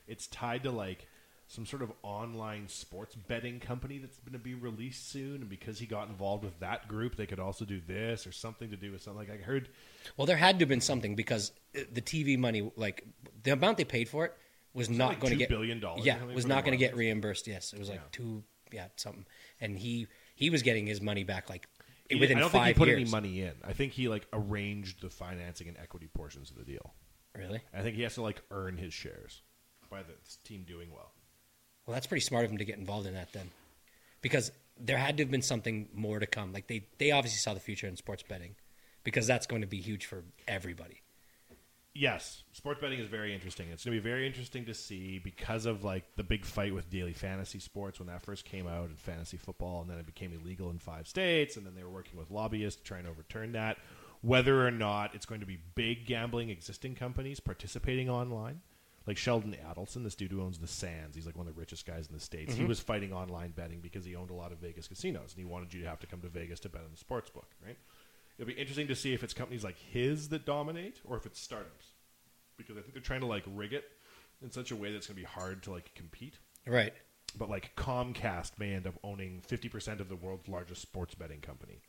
it's tied to like some sort of online sports betting company that's going to be released soon and because he got involved with that group they could also do this or something to do with something like I heard
Well, there had to have been something because uh, the TV money, like the amount they paid for it, was not
like
going to
$2
get
billion or
Yeah,
something
was
for the
not going to get
Marlins.
reimbursed. Yes, it was like two, yeah, something. And he he was getting his money back like
he-
within
I don't
five
think he put
years.
any money in. I think he like arranged the financing and equity portions of the deal.
Really?
I think he has to like earn his shares by the team doing well.
Well, that's pretty smart of him to get involved in that then, because there had to have been something more to come. Like they they obviously saw the future in sports betting, because that's going to be huge for everybody.
yes, sports betting is very interesting. It's going to be very interesting to see because of like the big fight with daily fantasy sports when that first came out and fantasy football, and then it became illegal in five states, and then they were working with lobbyists to try and overturn that. Whether or not it's going to be big gambling existing companies participating online, like Sheldon Adelson, this dude who owns the Sands, he's like one of the richest guys in the states. He was fighting online betting because he owned a lot of Vegas casinos, and he wanted you to have to come to Vegas to bet on the sports book, right? It'll be interesting to see if it's companies like his that dominate or if it's startups because I think they're trying to like rig it in such a way that's going to be hard to like compete.
Right.
But like Comcast may end up owning 50% of the world's largest sports betting company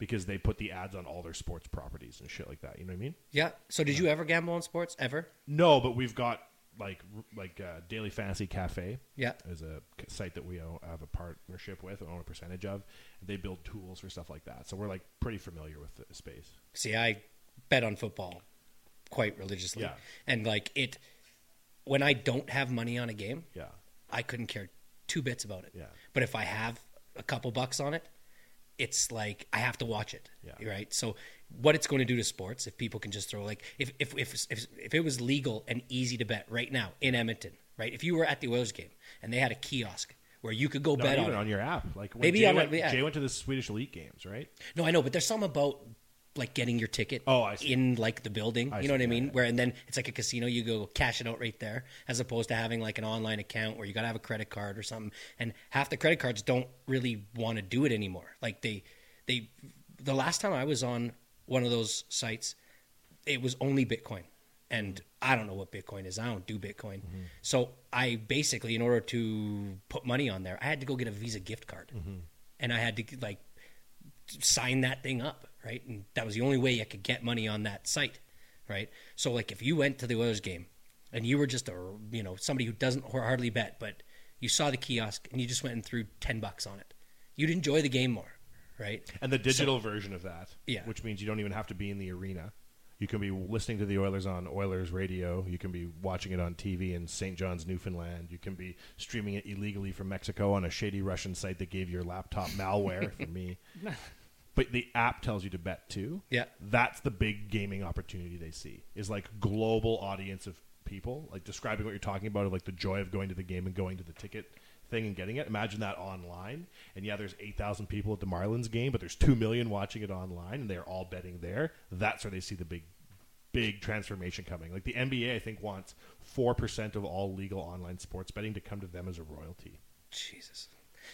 because they put the ads on all their sports properties and shit like that. You know what I mean?
Yeah. So did you ever gamble on sports ever?
No, but we've got like r- like uh, Daily Fantasy Cafe.
Yeah.
is a c- site that we own, have a partnership with and own a percentage of. They build tools for stuff like that, so we're like pretty familiar with the space.
See, I bet on football quite religiously.
Yeah.
And like it when I don't have money on a game,
Yeah,
I couldn't care two bits about it.
Yeah.
But if I have a couple bucks on it, it's like I have to watch it.
Yeah.
Right? So what it's going to do to sports if people can just throw like if if if if, if it was legal and easy to bet right now in Edmonton, right? If you were at the Oilers game and they had a kiosk where you could go
no,
bet
even
on it.
on your app. Like when
Maybe
Jay,
on
went,
it, yeah.
Jay went to the Swedish elite games, right?
No, I know, but there's something about like getting your ticket
Oh, I see.
in like the building.
I
you know what
see,
I
yeah,
mean?
yeah.
Where and then it's like a casino, you go cash it out right there, as opposed to having like an online account where you gotta have a credit card or something. And half the credit cards don't really want to do it anymore. Like they they the last time I was on one of those sites, it was only Bitcoin. And I don't know what Bitcoin is. I don't do Bitcoin.
Mm-hmm.
So I basically, in order to put money on there, I had to go get a Visa gift card.
Mm-hmm.
And I had to like sign that thing up, right? And that was the only way I could get money on that site, right? So like if you went to the Oilers game and you were just a you know somebody who doesn't or hardly bet, but you saw the kiosk and you just went and threw ten bucks on it, you'd enjoy the game more, right?
And the digital version of that,
Yeah.
which means you don't even have to be in the arena. You can be listening to the Oilers on Oilers radio. You can be watching it on TV in St. John's, Newfoundland. You can be streaming it illegally from Mexico on a shady Russian site that gave your laptop malware for me. But the app tells you to bet too.
Yeah.
That's the big gaming opportunity they see is like global audience of people, like describing what you're talking about of like the joy of going to the game and going to the ticket thing and getting it. Imagine that online. And yeah, there's 8,000 people at the Marlins game, but there's 2 million watching it online and they're all betting there. That's where they see the big big transformation coming. Like the NBA I think wants 4% of all legal online sports betting to come to them as a royalty.
Jesus.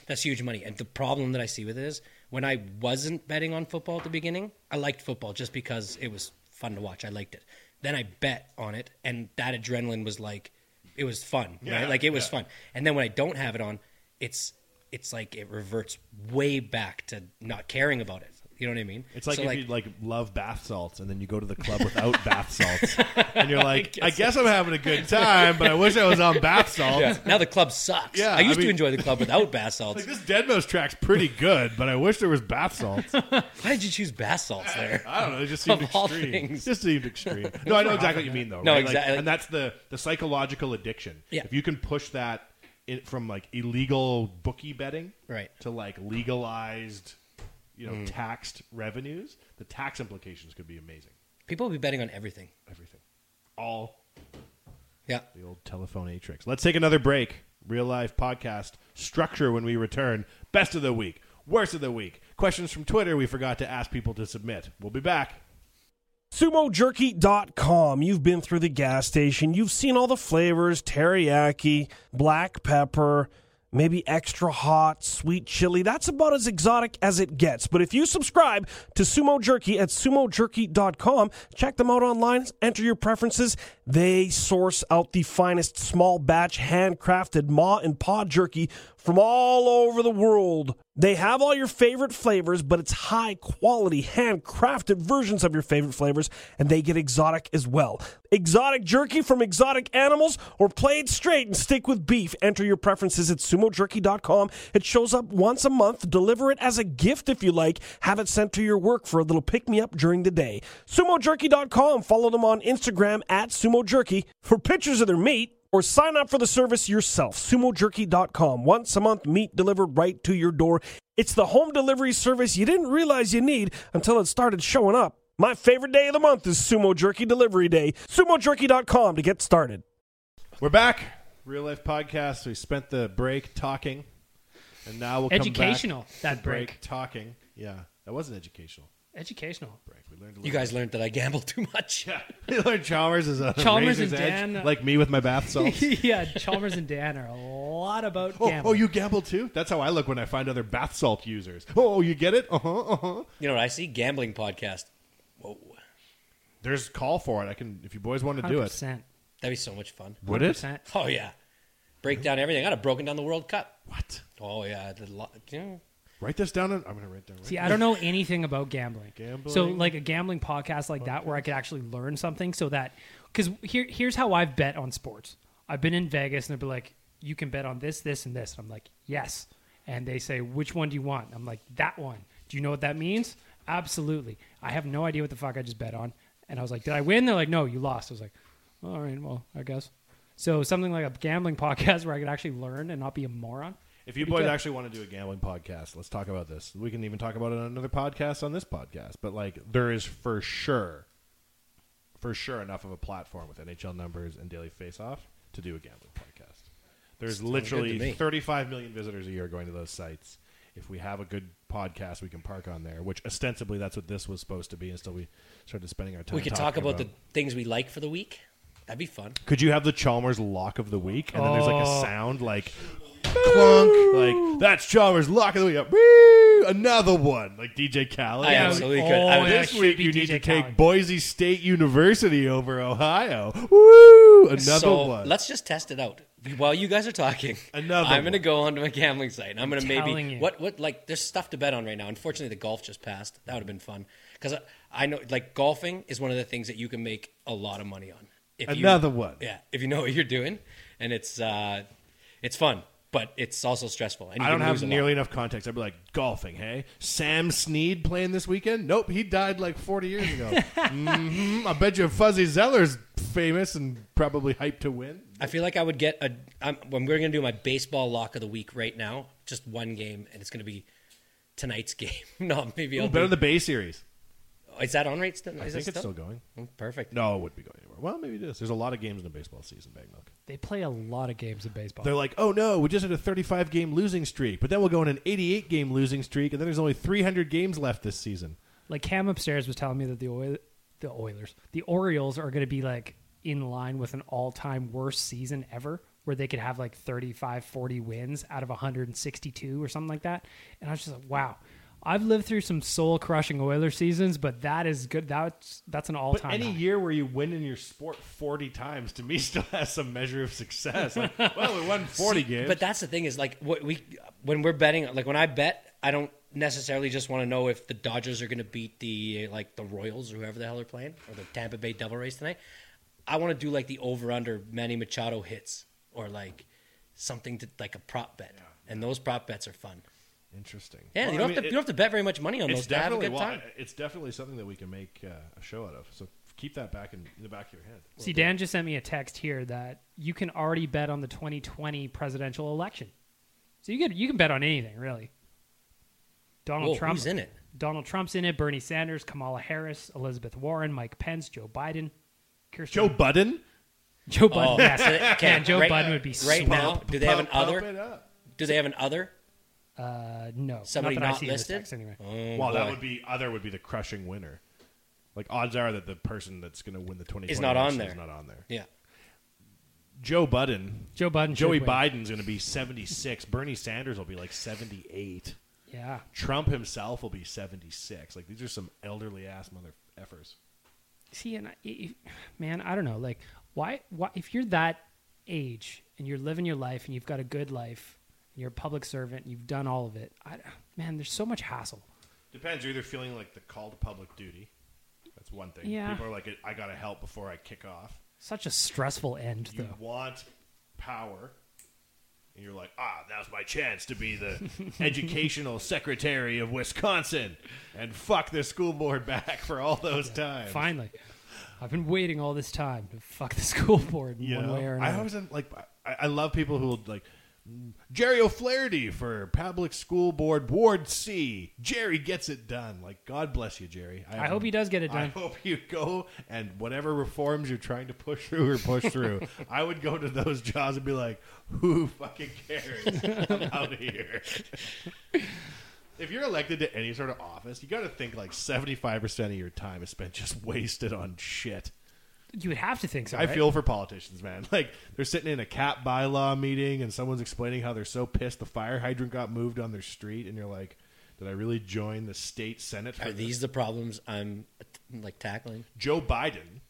That's huge money. And the problem that I see with it is when I wasn't betting on football at the beginning, I liked football just because it was fun to watch. I liked it. Then I bet on it, and that adrenaline was like, it was fun.
Yeah,
right? Like, it was
yeah.
fun. And then when I don't have it on, it's it's like it reverts way back to not caring about it. You know what I mean?
It's like
So,
if you like love bath salts and then you go to the club without bath salts and you're like, I guess, I'm having a good time, but I wish I was on bath salts.
now the club sucks.
Yeah,
I used
I mean-
to enjoy the club without bath salts.
Like this Deadmau5 track's pretty good, but I wish there was bath salts.
Why did you choose bath salts there?
I don't know. It just seemed
Of all
extreme.
things.
It just seemed extreme. No, I know exactly what you mean, though.
No,
right? Like,
exactly.
and that's the the psychological addiction.
Yeah.
If you can push that in, from like illegal bookie betting,
Right. Mm.
to like legalized, you know, taxed revenues, the tax implications could be amazing.
People will be betting on everything.
Everything, all
Yeah.
the old telephone a tricks. Let's take another break. Real life podcast structure when we return. Best of the week, worst of the week, questions from Twitter we forgot to ask people to submit. We'll be back.
SumoJerky.com. You've been through the gas station. You've seen all the flavors teriyaki, black pepper, maybe extra hot, sweet chili. That's about as exotic as it gets. But if you subscribe to Sumo Jerky at sumojerky.com, check them out online, enter your preferences. They source out the finest small batch, handcrafted ma and pa jerky from all over the world. They have all your favorite flavors, but it's high quality, handcrafted versions of your favorite flavors, and they get exotic as well. Exotic jerky from exotic animals, or play it straight and stick with beef. Enter your preferences at sumojerky.com. It shows up once a month. Deliver it as a gift if you like. Have it sent to your work for a little pick me up during the day. Sumojerky.com. Follow them on Instagram at sumojerky for pictures of their meat or sign up for the service yourself. SumoJerky.com. Once a month, meat delivered right to your door. It's the home delivery service you didn't realize you need until it started showing up. My favorite day of the month is Sumo Jerky Delivery Day. SumoJerky.com to get started.
We're back. Real life podcast. We spent the break talking, and now we'll
Educational,
Come back
that
to break.
break.
talking. Yeah, that wasn't educational
Educational.
break. We learned a little.
You guys learned that I gamble too much. Yeah.
we learned Chalmers is a
Chalmers
razor's
and
edge,
Dan- uh,
like me with my bath salts.
yeah, Chalmers and Dan are a lot about
Oh, oh,
gambling.
you gamble too? That's how I look when I find other bath salt users. Oh, you get it? Uh huh. Uh huh.
You know what I see? Gambling podcast. Whoa.
There's call for it. I can if you boys want to do it.
100%.
That'd be so much fun.
Would it?
100%.
Oh, yeah. Break down everything. I'd have broken down the World Cup.
What?
Oh, yeah. I did a lot- yeah.
Write this down. And, I'm gonna write it down. Right
See, I don't know anything about gambling.
Gambling.
So, like a gambling podcast like that, where I could actually learn something, so that because here, here's how I've bet on sports. I've been in Vegas, and they'll be like, "You can bet on this, this, and this." And I'm like, "Yes," and they say, "Which one do you want?" I'm like, "That one." Do you know what that means? Absolutely. I have no idea what the fuck I just bet on, and I was like, "Did I win?" They're like, "No, you lost." I was like, "All right, well, I guess." So something like a gambling podcast where I could actually learn and not be a moron.
If you boys actually want to do a gambling podcast, let's talk about this. We can even talk about it on another podcast on this podcast. But like, there is for sure, for sure enough of a platform with NHL numbers and Daily Face Off to do a gambling podcast. There's
good to
literally
me.
35 million visitors a year going to those sites. If we have a good podcast, we can park on there. Which ostensibly that's what this was supposed to be. Until we started spending our time.
We could talk
talking
about, the things we like for the week. That'd be fun.
Could you have the Chalmers lock of the week? And then there's like a sound like Oh. clunk, like that's Chalmers lock of the week. Uh, woo! Another one, like DJ Khaled.
I
Like,
absolutely
oh,
could. I would-
yeah,
uh, this
should
week
be
you
DJ
need to
Khaled.
take Boise State University over Ohio. Woo! Another
so
one.
let's just test it out. While you guys are talking,
Another
I'm going to
one.
go onto my gambling site. And I'm going to
telling
maybe
you.
what what like there's stuff to bet on right now. Unfortunately, the golf just passed. That would have been fun because I, I know like golfing is one of the things that you can make a lot of money on. If you-
Another one.
Yeah, if you know what you're doing, and it's uh, it's fun, but it's also stressful. And you
I don't
can
have
lose a lot.
nearly enough context. I'd be like, golfing, hey? Sam Sneed playing this weekend? Nope, he died like 40 years ago. hmm I bet you Fuzzy Zeller's famous and probably hyped to win.
I feel like I would get a. I'm, I'm we're gonna do my baseball lock of the week right now. Just one game, and it's gonna be tonight's game. no, maybe
Ooh,
I'll
better
do-
than the Bay Series.
Is that on right still? Is
I
it
think it's still going.
Mm, Perfect.
No, it wouldn't be going anywhere. Well, maybe it is. There's a lot of games in the baseball season, Bag Milk.
They play a lot of games of baseball.
They're like, oh no, we just had a 35 game losing streak, but then we'll go on an 88 game losing streak, and then there's only 300 games left this season.
Like Cam upstairs was telling me that the oil, the Oilers, the Orioles are going to be like in line with an all-time worst season ever where they could have like 35 40 wins out of 162 or something like that. And I was just like, wow. I've lived through some soul-crushing Oilers seasons, but that is good. That's that's an
But
all-time.
any
high.
year where you win in your sport 40 times, to me, still has some measure of success. Like, well, we won 40 games.
But that's the thing is like what we when we're betting, like when I bet, I don't necessarily just want to know if the Dodgers are going to beat the like the Royals or whoever the hell they're playing or the Tampa Bay Devil Rays tonight. I want to do like the over under Manny Machado hits or like something to like a prop bet, and those prop bets are fun.
Interesting.
Yeah,
Well,
you
I
don't
mean,
have to
it-
you don't have to bet very much money on
it's
those to have a
definitely
good
well,
time.
It's definitely something that we can make uh, a show out of. So keep that back in, in the back of your head.
See, Dan just sent me a text here that you can already bet on the 2020 presidential election. So you can you can bet on anything really. Donald
Whoa,
Trump
who's in it?
Donald Trump's in it. Bernie Sanders, Kamala Harris, Elizabeth Warren, Mike Pence, Joe Biden, Kirsten
Joe Budden.
Joe Biden.
Oh,
yes,
so- okay,
Man, Joe
right-
Biden would be
right
smart.
now. Do they have an
Pump it
other?
up.
Do they have an other?
Uh, no,
Somebody
not, that I
not
see in this
listed?
text anyway.
Well, that would be other would be the crushing winner. Like odds are that the person that's going to win the twenty
Is not on
Is
there.
not on there.
Yeah.
Joe Budden.
Joe Biden. should
Joey
win.
Biden's going to be seventy six. Bernie Sanders will be like seventy eight.
Yeah.
Trump himself will be seventy six. Like these are some elderly ass mother effers.
See, and I, i- i- man, I don't know. Like, why? Why? If you're that age and you're living your life and you've got a good life, and you're a public servant, and you've done all of it. I, man, there's so much hassle.
Depends. You're either feeling like the call to public duty. That's one thing.
Yeah.
People are like, I got to help before I kick off.
Such a stressful end,
You
though.
want power, and you're like, ah, now's my chance to be the educational secretary of Wisconsin and fuck the school board back for all those times.
Finally, I've been waiting all this time to fuck the school board in
You
one
know?
way or
I
another.
always am, like. I, I love people who will like Jerry O'Flaherty for public school board Ward C. Jerry gets it done. Like God bless you, Jerry.
I hope he does get it
I
done.
hope you go and whatever reforms you're trying to push through or push through. I would go to those jobs and be like, "Who fucking cares? I'm out of here." if you're elected to any sort of office, you got to think like 75 percent of your time is spent just wasted on shit.
you would have to think so.
I
right?
feel for politicians, man. Like they're sitting in a cap bylaw meeting and someone's explaining how they're so pissed the fire hydrant got moved on their street, and you're like, "Did I really join the state senate?" For
Are
this?"
these the problems I'm like tackling?
Joe Biden,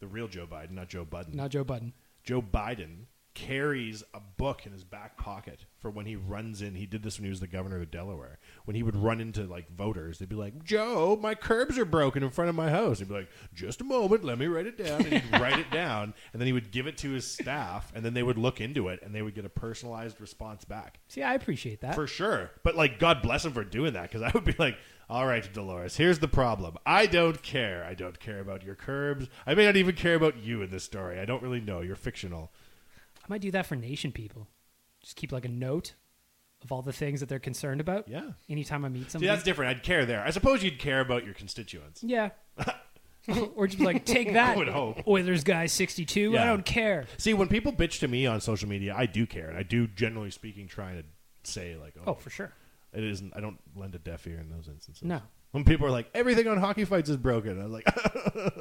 the real Joe Biden, not Joe Budden.
not Joe Biden.
Joe Biden carries a book in his back pocket for when he runs in. He did this when he was the governor of Delaware. When he would run into like voters, they'd be like, "Joe, my curbs are broken in front of my house." He'd be like, "Just a moment, let me write it down." And he'd write it down, and then he would give it to his staff, and then they would look into it, and they would get a personalized response back
See, I appreciate that.
for sure. But like, God bless him for doing that because I would be like, all right, Dolores, here's the problem. I don't care. I don't care about your curbs. I may not even care about you in this story. I don't really know. You're fictional.
I might do that for nation people. Just keep like a note of all the things that they're concerned about.
Yeah.
Anytime I meet
See,
somebody.
that's different. I'd care there. I suppose you'd care about your constituents.
Yeah. or just be like, take that.
would hope.
Oilers guy 62.
Yeah.
I don't care.
See, when people bitch to me on social media, I do care, and I do, generally speaking, try to say like, oh,
Oh, for sure.
it isn't. I don't lend a deaf ear in those instances.
No.
When people are like, everything on hockey fights is broken, I'm like,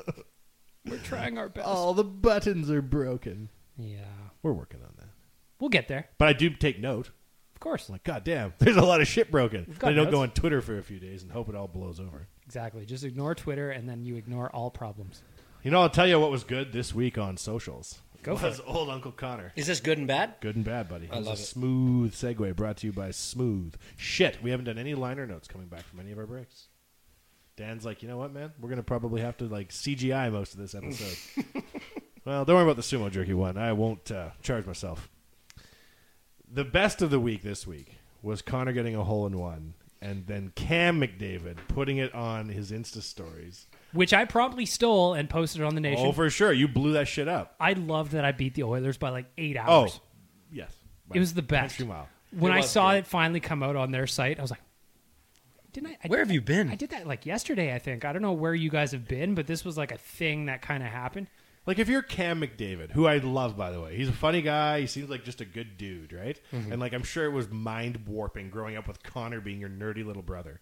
We're trying our best.
all the buttons are broken.
Yeah.
We're working on that.
We'll get there.
But I do take note.
Of course.
I'm like, God damn, there's a lot of shit broken.
got
They don't go on
notes.
Twitter for a few days and hope it all blows over.
Exactly. Just ignore Twitter and then you ignore all problems.
You know, I'll tell you what was good this week on socials.
Go for
was old Uncle Connor.
Is this good and bad?
Good and bad, buddy. It was
love
a
it.
smooth segue brought to you by Smooth. Shit, we haven't done any liner notes coming back from any of our breaks. Dan's like, you know what, man? We're gonna probably have to like CGI most of this episode. well, don't worry about the sumo jerky one. I won't uh, charge myself. The best of the week this week was Connor getting a hole in one, and then Cam McDavid putting it on his Insta stories.
Which I promptly stole and posted on the nation.
Oh, for sure, you blew that shit up.
I loved that I beat the Oilers by like eight
Oh,
hours.
yes,
It was the best.
Country mile.
When
It
I
was
saw
good.
it finally come out on their site, I was like, didn't I? I
Where have you been?
I did that like yesterday, I think. I don't know where you guys have been, but this was like a thing that kind of happened.
Like if you're Cam McDavid, who I love by the way, he's a funny guy. He seems like just a good dude, right? And like I'm sure it was mind warping growing up with Connor being your nerdy little brother,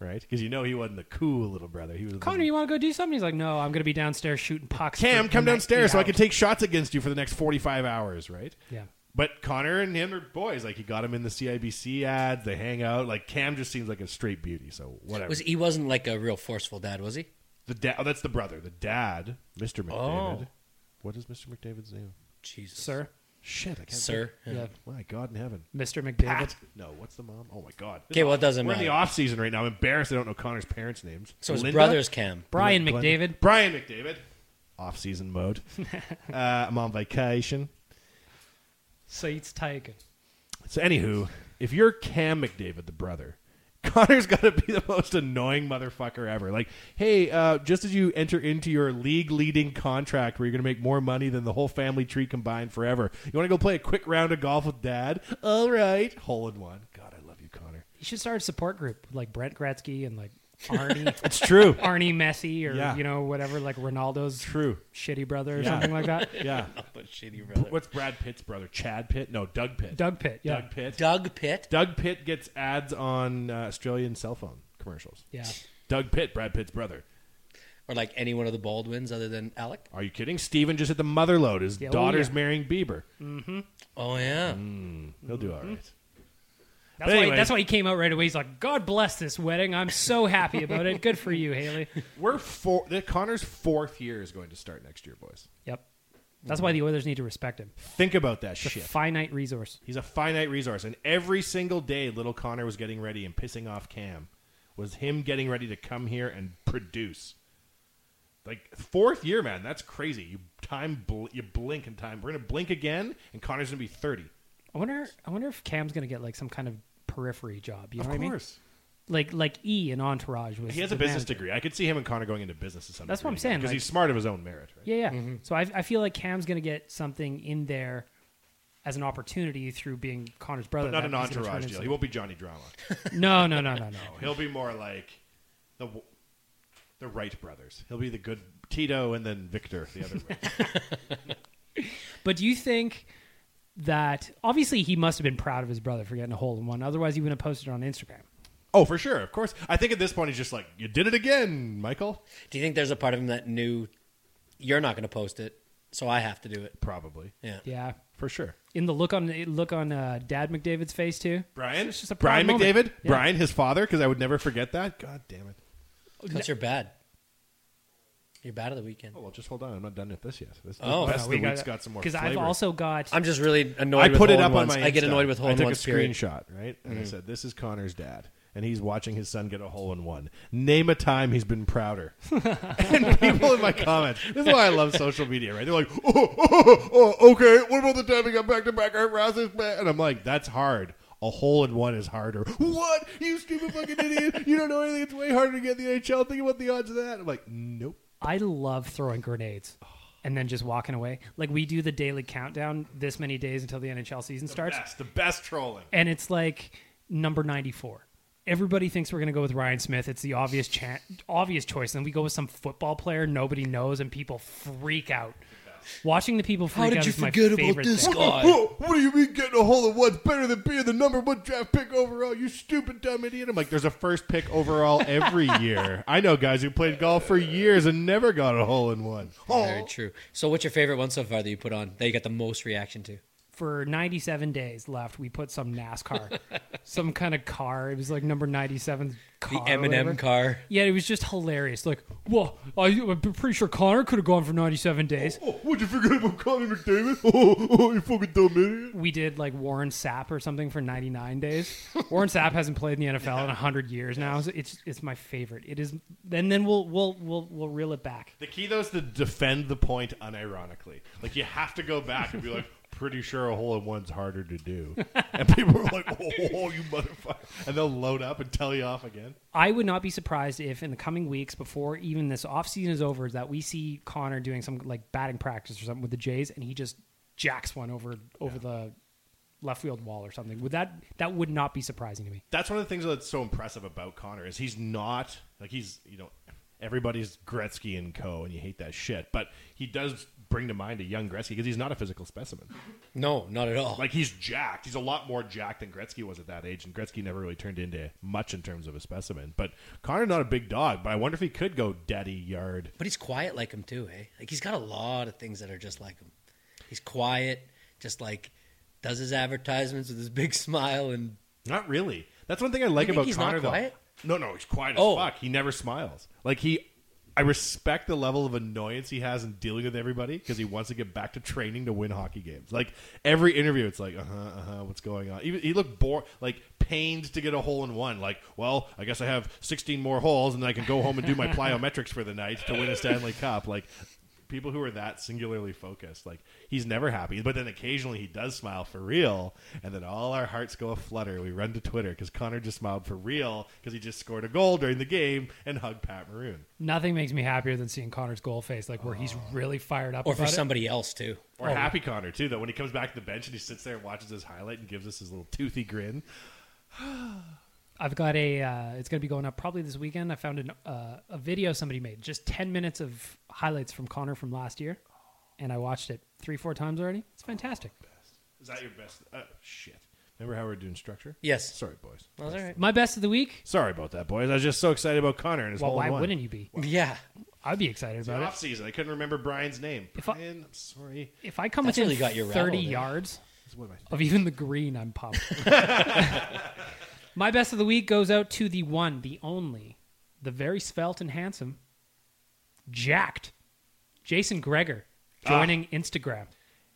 right? Because you know he wasn't the cool little brother. He was
Connor,
The,
you want to go do something? He's like, no, I'm going to be downstairs shooting pucks.
Mm-hmm. Cam,
for
come
the next
downstairs
eight
so I
hours."
can take shots against you for the next 45 hours, right?
Yeah.
But Connor and him are boys. Like he got him in the CIBC ads. They hang out. Like Cam just seems like a straight beauty. So whatever.
Was he wasn't like a real forceful dad, was he?
the dad? Oh, that's the brother. The dad, Mr. McDavid. What is Mr. McDavid's name?
Jesus,
sir.
Shit, I can't.
Sir.
think-
Yeah. Ah.
My God in heaven.
Mr. McDavid.
Pat. No, what's the mom? Oh my God.
Okay, well, it doesn't
We're in the
matter.
off season right now. I'm embarrassed I don't know Connor's parents' names.
uh, So his
Linda?
brother's Cam.
Brian
Glenn-
McDavid.
Brian McDavid. Off season mode. uh, I'm on vacation.
Seats taken.
So, anywho, if you're Cam McDavid, the brother, Connor's got to be the most annoying motherfucker ever. Like, hey, uh, just as you enter into your league leading contract where you're going to make more money than the whole family tree combined forever, you want to go play a quick round of golf with dad? All right. Hole in one. God, I love you, Connor.
You should start a support group with like Brent Gretzky and like Arnie,
It's true.
Arnie Messi, or
Yeah.
you know whatever, like Ronaldo's
true.
shitty brother or
Yeah.
something like that.
Yeah.
But shitty brother.
What's Brad Pitt's brother? Chad Pitt? No, Doug Pitt.
Doug Pitt. Yeah.
Doug Pitt.
Doug Pitt.
Doug Pitt gets ads on uh, Australian cell phone commercials.
Yeah.
Doug Pitt, Brad Pitt's brother.
Or like any one of the Baldwins other than Alec.
Are you kidding? Steven just hit the mother load. His
Yeah, oh,
daughter's
yeah. Mm-hmm.
marrying Bieber.
Oh, yeah.
He'll do all right.
That's
But
why.
anyway.
That's why he came out right away. He's like, "God bless this wedding. I'm so happy about it. Good for you, Haley."
We're four. The Connor's fourth year is going to start next year, boys.
Yep. That's why the Oilers need to respect him.
Think about that
The
shit.
finite resource.
He's a finite resource, and every single day, little Connor was getting ready and pissing off Cam. Was him getting ready to come here and produce? Like fourth year, man, that's crazy. You time, bl- you blink in time. We're gonna blink again, and Connor's gonna be thirty.
I wonder. I wonder if Cam's gonna get like some kind of periphery job. You know
of
what
course,
I mean? Like like E in Entourage was.
he has
the
a business
manager.
degree. I could see him and Connor going into business. To some
That's what I'm saying,
because
like-
he's smart of his own merit. Right?
Yeah, yeah. So I, I feel like Cam's gonna get something in there as an opportunity through being Connor's brother.
But not
that
an
he's gonna
entourage
turn
deal.
into-
He won't be Johnny Drama.
No, no, no, no, no.
He'll be more like the w- the Wright brothers. He'll be the good Tito and then Victor the other way.
But do you think that obviously he must have been proud of his brother for getting a hole in one? Otherwise, he wouldn't have posted it on Instagram.
oh, for sure, of course. I think at this point he's just like, "You did it again, Michael."
Do you think there's a part of him that knew you're not going to post it, so I have to do it?
Probably
Yeah.
Yeah.
for sure.
In the look on look on uh, Dad McDavid's face too.
Brian,
It's just a proud
Brian
moment.
McDavid,
Yeah.
Brian, his father, because I would never forget that. God damn it!
That's your bad. Your bad of the weekend.
Oh well, just hold on. I'm not done with this yet. This,
Oh,
this,
no,
the week's got some more.
Because I've
flavor.
also got
I'm just really annoyed.
I
with
put it
hole
up
in
on
ones.
my.
I get
Insta.
annoyed with hole
I
in
took a
ones. Period. Mm-hmm.
screenshot, right? And I said, "This is Connor's dad, and he's watching his son get a hole in one. Name a time he's been prouder." and people in my comments. This is why I love social media, right? They're like, "Oh, oh, oh, oh, okay. What about the time he got back to back Art Rouse's man?" And I'm like, "That's hard." A hole in one is harder. What? You stupid fucking idiot. You don't know anything. It's way harder to get in the NHL. Think about the odds of that. I'm like, nope.
I love throwing grenades
Oh.
and then just walking away. Like we do the daily countdown this many days until the NHL season starts.
That's the best trolling.
And it's like number 94. Everybody thinks we're going to go with Ryan Smith. It's the obvious chan obvious choice. And then we go with some football player nobody knows and people freak out. Watching the people freak
How
out
did you
is my
forget about
favorite
this
thing.
guy?
Oh, what do you mean getting a hole in one's better than being the number one draft pick overall? You stupid dumb idiot! I'm like, there's a first pick overall every year. I know guys who played golf for years and never got a hole in one.
Very true. So, what's your favorite one so far that you put on that you got the most reaction to?
For 97 days left, we put some NASCAR, some kind of car. It was like number 97
The
car. or whatever.
Eminem car.
Yeah, it was just hilarious. Like, well, I, I'm pretty sure Connor could have gone for 97 days.
Oh, what'd you forget about Connor McDavid? Oh, oh, you fucking dumb idiot!
we did like Warren Sapp or something for 99 days. Warren Sapp hasn't played in the NFL in 100 years now. So it's it's my favorite. It is and then we'll we'll we'll we'll reel it back.
The key though is to defend the point unironically. Like you have to go back and be like, pretty sure a hole in one's harder to do. And people are like, oh, you motherfucker! And they'll load up and tell you off again.
I would not be surprised if in the coming weeks before even this offseason is over that we see Connor doing some like batting practice or something with the Jays and he just jacks one over over the left field wall or something. Would that that would not be surprising to me.
that's one of the things that's so impressive about Connor is he's not like he's you know everybody's Gretzky and Co. and you hate that shit, but he does bring to mind a young Gretzky because he's not a physical specimen.
No, not at all.
Like he's jacked. He's a lot more jacked than Gretzky was at that age, and Gretzky never really turned into much in terms of a specimen. But Connor not a big dog, but I wonder if he could go daddy yard.
But he's quiet like him too, eh? Like he's got a lot of things that are just like him. He's quiet, just like does his advertisements with his big smile and
Not really. That's one thing I like
think
about
he's not
Connor though.
quiet?
No, no, he's quiet as
Oh.
fuck. He never smiles. Like he. I I respect the level of annoyance he has in dealing with everybody because he wants to get back to training to win hockey games. Like every interview, it's like, uh huh, uh huh, what's going on? Even he looked bored, like pained to get a hole in one. Like, well, I guess I have 16 more holes and I can go home and do my plyometrics for the night to win a Stanley Cup. Like people who are that singularly focused, like he's never happy. But then occasionally he does smile for real, and then all our hearts go aflutter. We run to Twitter because Connor just smiled for real because he just scored a goal during the game and hugged Pat Maroon.
Nothing makes me happier than seeing Connor's goal face, like where he's really fired up.
Or for
about it.
somebody else too.
Or
Oh,
happy Connor too, though, when he comes back to the bench and he sits there and watches his highlight and gives us his little toothy grin.
I've got a. Uh, it's going to be going up probably this weekend. I found an, uh, a video somebody made, just ten minutes of highlights from Connor from last year, and I watched it three, four times already. It's fantastic.
Is that your best? Uh, shit. Remember how we are doing structure?
Yes.
Sorry, boys.
Well, that's all right.
My best of the week.
Sorry about that, boys. I was just so excited about Connor and his
Well,
hole
why
in one.
wouldn't you be?
Yeah.
I'd be excited
It's
about
off
it.
season. I couldn't remember Brian's name.
If I-
Brian, I'm sorry.
If I come
That's
within
really got you rattled,
thirty
eh?
yards
It's one of my
of even the green, I'm pumped. My best of the week goes out to the one, the only, the very svelte and handsome, jacked, Jason Greger, joining
Ah.
Instagram.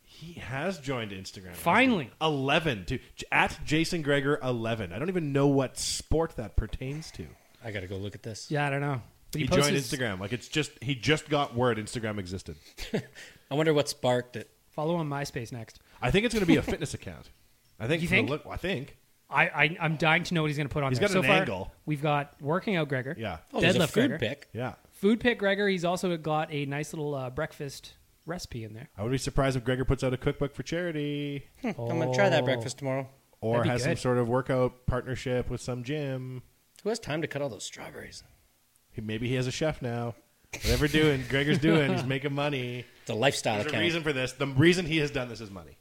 He has joined Instagram. hasn't he?
Finally.
eleven to at Jason Greger eleven. I don't even know what sport that pertains to.
I gotta go look at this.
Yeah, I don't know. But
He,
posts
joined
his-
Instagram. Like it's just he just got word Instagram existed.
I wonder what sparked it.
Follow on MySpace next.
I think it's going to be a fitness account. I think.
You
from the
think?
Look, I think.
I, I I'm dying to know what he's going to put on.
He's
there.
got
so
an
far,
angle.
We've got working out Gregor.
Yeah.
Oh, there's a
Deadlift
food
Gregor.
pick.
Yeah.
Food pick Gregor. He's also got a nice little uh, breakfast recipe in there.
I would be surprised if Greger puts out a cookbook for charity
I'm gonna try that breakfast tomorrow.
or
That'd be
has some
good.
sort of workout partnership with some gym.
Who has time to cut all those strawberries?
He- Maybe he has a chef now. Whatever doing, Greger's doing. He's making money.
It's a lifestyle
There's a
account.
reason for this. The reason he has done this is money.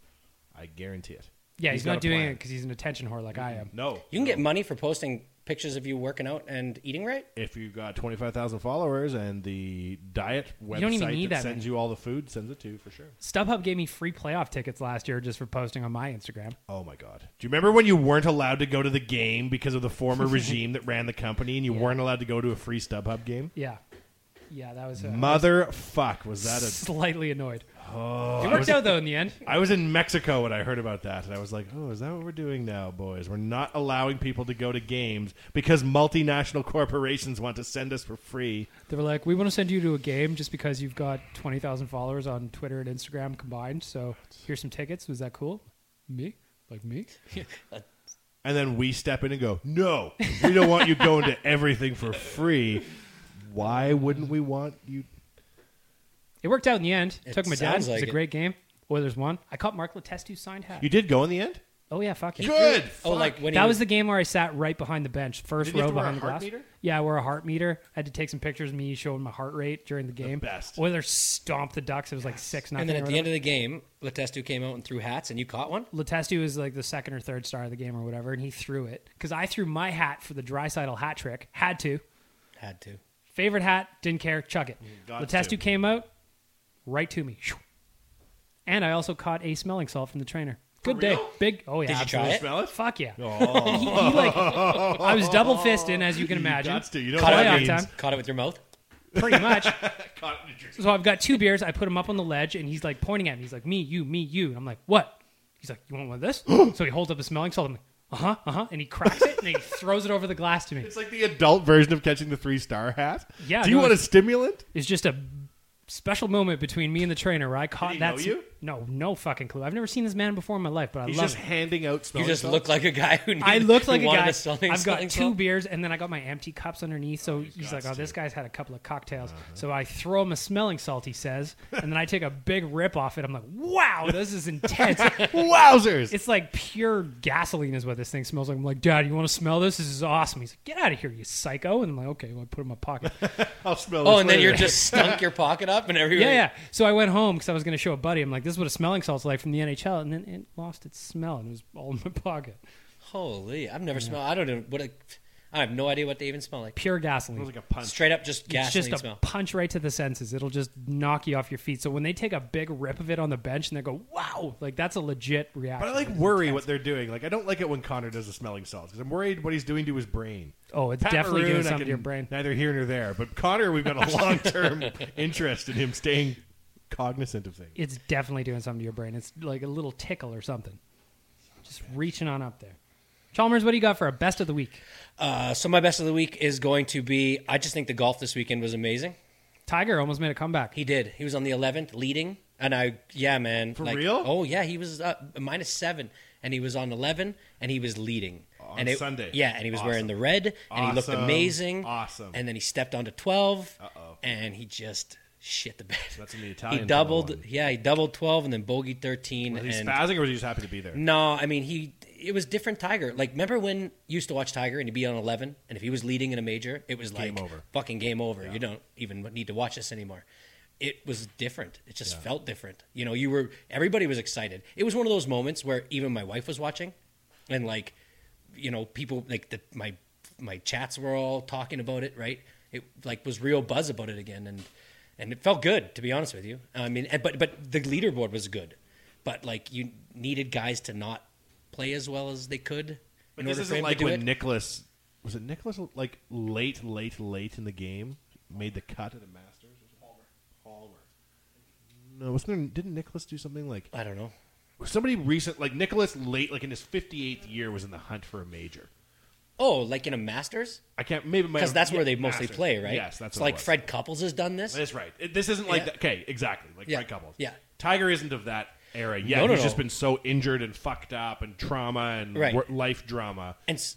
I guarantee it.
Yeah, he's,
He's got
not
a
doing
plan.
it because he's an attention whore like I am.
No.
You can get money for posting pictures of you working out and eating right.
if you've got 25,000 followers and the diet website
don't even need
that,
that
sends
many.
you all the food sends it to you for sure.
StubHub gave me free playoff tickets last year just for posting on my Instagram.
Oh my god. Do you remember when you weren't allowed to go to the game because of the former regime that ran the company and you weren't allowed to go to a free StubHub game?
Yeah, yeah, that was uh,
Motherfuck, was that a
slightly annoyed.
Oh.
it worked out though in the end.
I was in Mexico when I heard about that, and I was like, "Oh, is that what we're doing now, boys? We're not allowing people to go to games because multinational corporations want to send us for free."
They were like, "We want to send you to a game just because you've got twenty thousand followers on Twitter and Instagram combined. So here's some tickets. Was that cool? Me? Like me?
And then we step in and go, no, we don't want you going to everything for free. Why wouldn't we want you?
It worked out in the end.
It
Took my dad.
sounds
it was
like it.
a great game. Oilers won. I caught Mark Letestu's signed hat.
You did go in the end?
oh yeah, fuck it.
Good.
Oh, like when
That
he,
was the game where I sat right behind the bench, 1st
Didn't you
row
have to wear a
behind the
heart
glass.
meter?
Yeah, I wore a heart meter. I had to take some pictures of me showing my heart rate during the game.
best.
Oilers stomped the Ducks. It was like six nothing.
And then at the end of the game, Letestu came out and threw hats, and you caught one.
Letestu was like the second or third star of the game or whatever, and he threw it because I threw my hat for the Drysidle hat trick. Had to
Had to.
favorite hat, didn't care, chuck it.
Mm, got
Letestu
to.
came out right to me, Shoo. and I also caught a smelling salt from the trainer. Good day, big. Oh yeah,
Did you try
absolutely.
it?
Smell it?
Fuck yeah!
Oh.
He, he, like, I was double fisting, as you can imagine.
That's to. You know
Caught
what that
Playoff
means.
time.
Caught it with your mouth.
pretty much.
Caught it in your-
So I've got two beers. I put him up on the ledge, and he's like pointing at me. He's like, "Me, you, me, you." And I'm like, "What?" He's like, "You want one of this?" so he holds up a smelling salt. I'm like, "Uh huh, uh huh," and he cracks it and then he throws it over the glass to me.
It's like the adult version of catching the three star hat.
Yeah,
Do you
no,
want a
it's-
stimulant?
It's just a special moment between me and the trainer where I caught
he
that.
know
s-
you?
No, no fucking clue. I've never seen this man before in my life, but I
He's
love
just
him.
handing out
You
smelling
just
salts?
looked like a guy who. Needed,
I looked
who
like a
wanted
guy.
A selling,
I've got
selling
two
salt.
beers, and then I got my empty cups underneath. So he's Uh-huh. like, "Oh, this guy's had a couple of cocktails." So I throw him a smelling salt. He says, and then I take a big rip off it. I'm like, "Wow, this is intense."
Wowzers.
It's like pure gasoline is what this thing smells like. I'm like, Dad, you want to smell this? This is awesome. He's like, Get out of here, you psycho! And I'm like, Okay, well, I put it in my pocket.
I'll smell
Oh,
this
and then
later.
you're just stunk your pocket up and everywhere.
yeah, yeah. So I went home because I was going to show a buddy. I'm like, This is what a smelling salt's like from the NHL, and then it lost its smell and it was all in my pocket.
Holy! I've never smelled. I don't know what. A, I have no idea what they even smell like.
Pure gasoline.
Smells like a punch.
Straight up, just
it's just
gasoline
a
smell.
punch right to the senses. It'll just knock you off your feet. So when they take a big rip of it on the bench and they go, "Wow!" Like that's a legit reaction.
But I like worry what they're doing. Like I don't like it when Connor does the smelling salts because I'm worried what he's doing to his brain.
Oh, it's definitely doing
Maroon, I
something
can
to your brain.
Neither here nor there. But Connor, we've got a long term interest in him staying cognizant of things.
It's definitely doing something to your brain. It's like a little tickle or something. Just reaching on up there. Chalmers, what do you got for a best of the week?
Uh, so my best of the week is going to be. I just think the golf this weekend was amazing.
Tiger almost made a comeback.
He did. He was on the 11th leading, and I yeah man for
real?
Oh yeah, he was uh, minus seven, and he was on 11, and he was leading
On
and it-
Sunday.
Yeah, and he was
Awesome.
wearing the red, and he looked
Awesome.
amazing.
Awesome.
And then he stepped onto 12, and he just shit the bed.
That's when the Italian
He
fella
doubled.
won.
Yeah, he doubled 12, and then bogeyed 13.
Was he
and
spazzing or was he just happy to be there?
No, I mean he. It was different Tiger. Like remember when you used to watch Tiger and he'd be on eleven, and if he was leading in a major, it was like
over.
fucking game over. You don't even need to watch this anymore. It was different. It just felt different. You know, you were everybody was excited. It was one of those moments where even my wife was watching, and like, you know, people like the, my my chats were all talking about it. Right? It like was real buzz about it again, and and it felt good to be honest with you. I mean, and- but but the leaderboard was good but like you needed guys to not play as well as they could. in
But
order
this
for
isn't
him
like
to do
when
it.
Nicholas was it Nicholas like late, late, late in the game made the cut at the Masters. Was it Palmer. Palmer. No, wasn't there? Didn't Nicholas do something like
I don't know.
somebody recent? Like Nicholas late, like in his 58th year, was in the hunt for a major.
Oh, like in a Masters
I can't maybe my-
because that's where they
yeah,
mostly
Masters.
play, right?
Yes, that's
it's
what it
like
was.
Fred Couples has done this.
That's right. It- this isn't like
Yeah.
that. okay, exactly like
Yeah.
Fred Couples.
Yeah.
Tiger isn't of that era. Yeah,
No, no,
he's just
no.
been so injured and fucked up and trauma and
Right.
wor- life drama.
And s-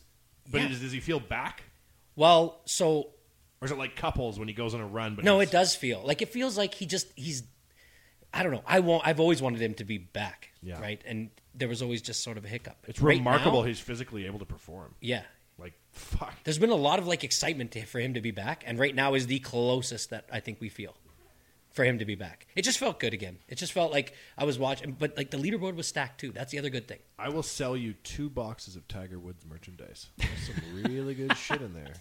But
yeah.
is, does he feel back,
well, so
or is it like Couples when he goes on a run? But
no,
he's-
it does feel like it feels like he just he's. I don't know. I won't. I've always wanted him to be back,
Yeah.
right? And there was always just sort of a hiccup.
It's
Right
remarkable
now-
he's physically able to perform.
yeah,
Like fuck.
there's been a lot of like excitement to, for him to be back, and right now is the closest that I think we feel for him to be back. It just felt good again. It just felt like I was watching, but like the leaderboard was stacked too. That's the other good thing.
I will sell you two boxes of Tiger Woods merchandise. There's some really good shit in there.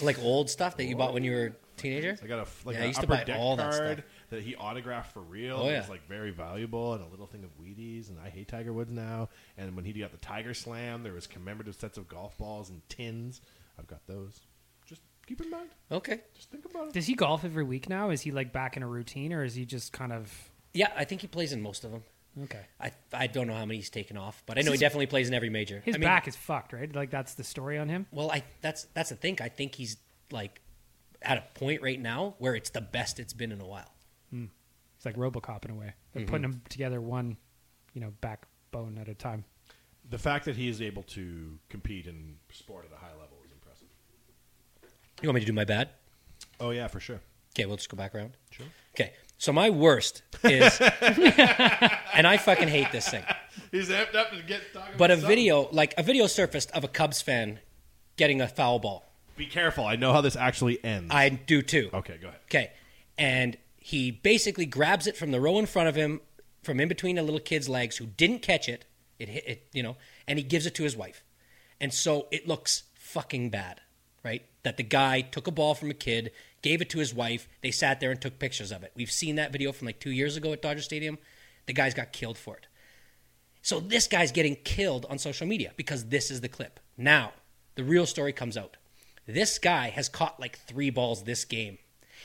Like old stuff that you bought when you were a teenager.
I got a f- like
Yeah,
an
I used to
upper
buy
deck
all that
card
stuff.
that, he autographed for real.
Oh,
It
yeah.
was like very valuable, and a little thing of Wheaties. And I hate Tiger Woods now. And when he got the Tiger Slam, there was commemorative sets of golf balls and tins. I've got those. Just keep in mind.
Okay.
Just think about it.
Does he golf every week now? Is he like back in a routine or is he just kind of
Yeah, I think he plays in most of them.
okay?
I I don't know how many he's taken off, but I know he definitely plays in every major.
His
I mean,
back is fucked, right? Like that's the story on him.
Well, I that's that's the thing. I think he's like at a point right now where it's the best it's been in a while.
It's like RoboCop in a way. They're putting
Mm-hmm.
them together one, you know, backbone at a time.
The fact that he is able to compete in sport at a high level is impressive.
You want me to do my bad?
Oh yeah, for sure.
Okay, we'll just go back around.
Sure.
Okay, so my worst is, and I fucking hate this thing.
He's amped up and get talking.
But a
about something.
video, like a video surfaced of a Cubs fan getting a foul ball.
Be careful. I know how this actually ends.
I do too.
Okay, go ahead.
Okay, and he basically grabs it from the row in front of him, from in between a little kid's legs who didn't catch it. It hit it, you know, and he gives it to his wife, and so it looks fucking bad, right? That the guy took a ball from a kid, gave it to his wife. They sat there and took pictures of it. We've seen that video from like two years ago at Dodger Stadium. The guy's got killed for it. So this guy's getting killed on social media because this is the clip. Now, the real story comes out. This guy has caught like three balls this game.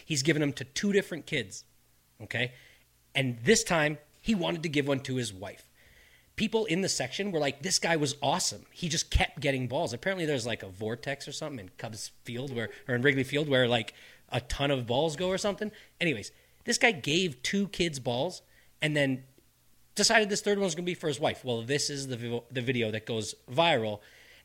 He's given them to two different kids. Okay. And this time, he wanted to give one to his wife. People in the section were like, this guy was awesome. He just kept getting balls. Apparently, there's like a vortex or something in Cubs Field where, or in Wrigley Field where like a ton of balls go or something. Anyways, this guy gave two kids balls and then decided this third one's going to be for his wife. Well, this is the vi- the video that goes viral,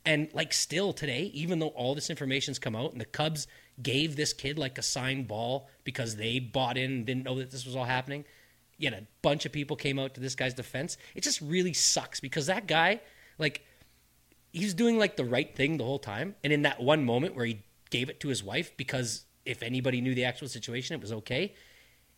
and like still today, even though all this information's come out, and the Cubs gave this kid like a signed ball because they bought in, and didn't know that this was all happening. Yet a bunch of people came out to this guy's defense. It just really sucks because that guy, like, he's doing like the right thing the whole time. And in that one moment where he gave it to his wife, because if anybody knew the actual situation, it was okay.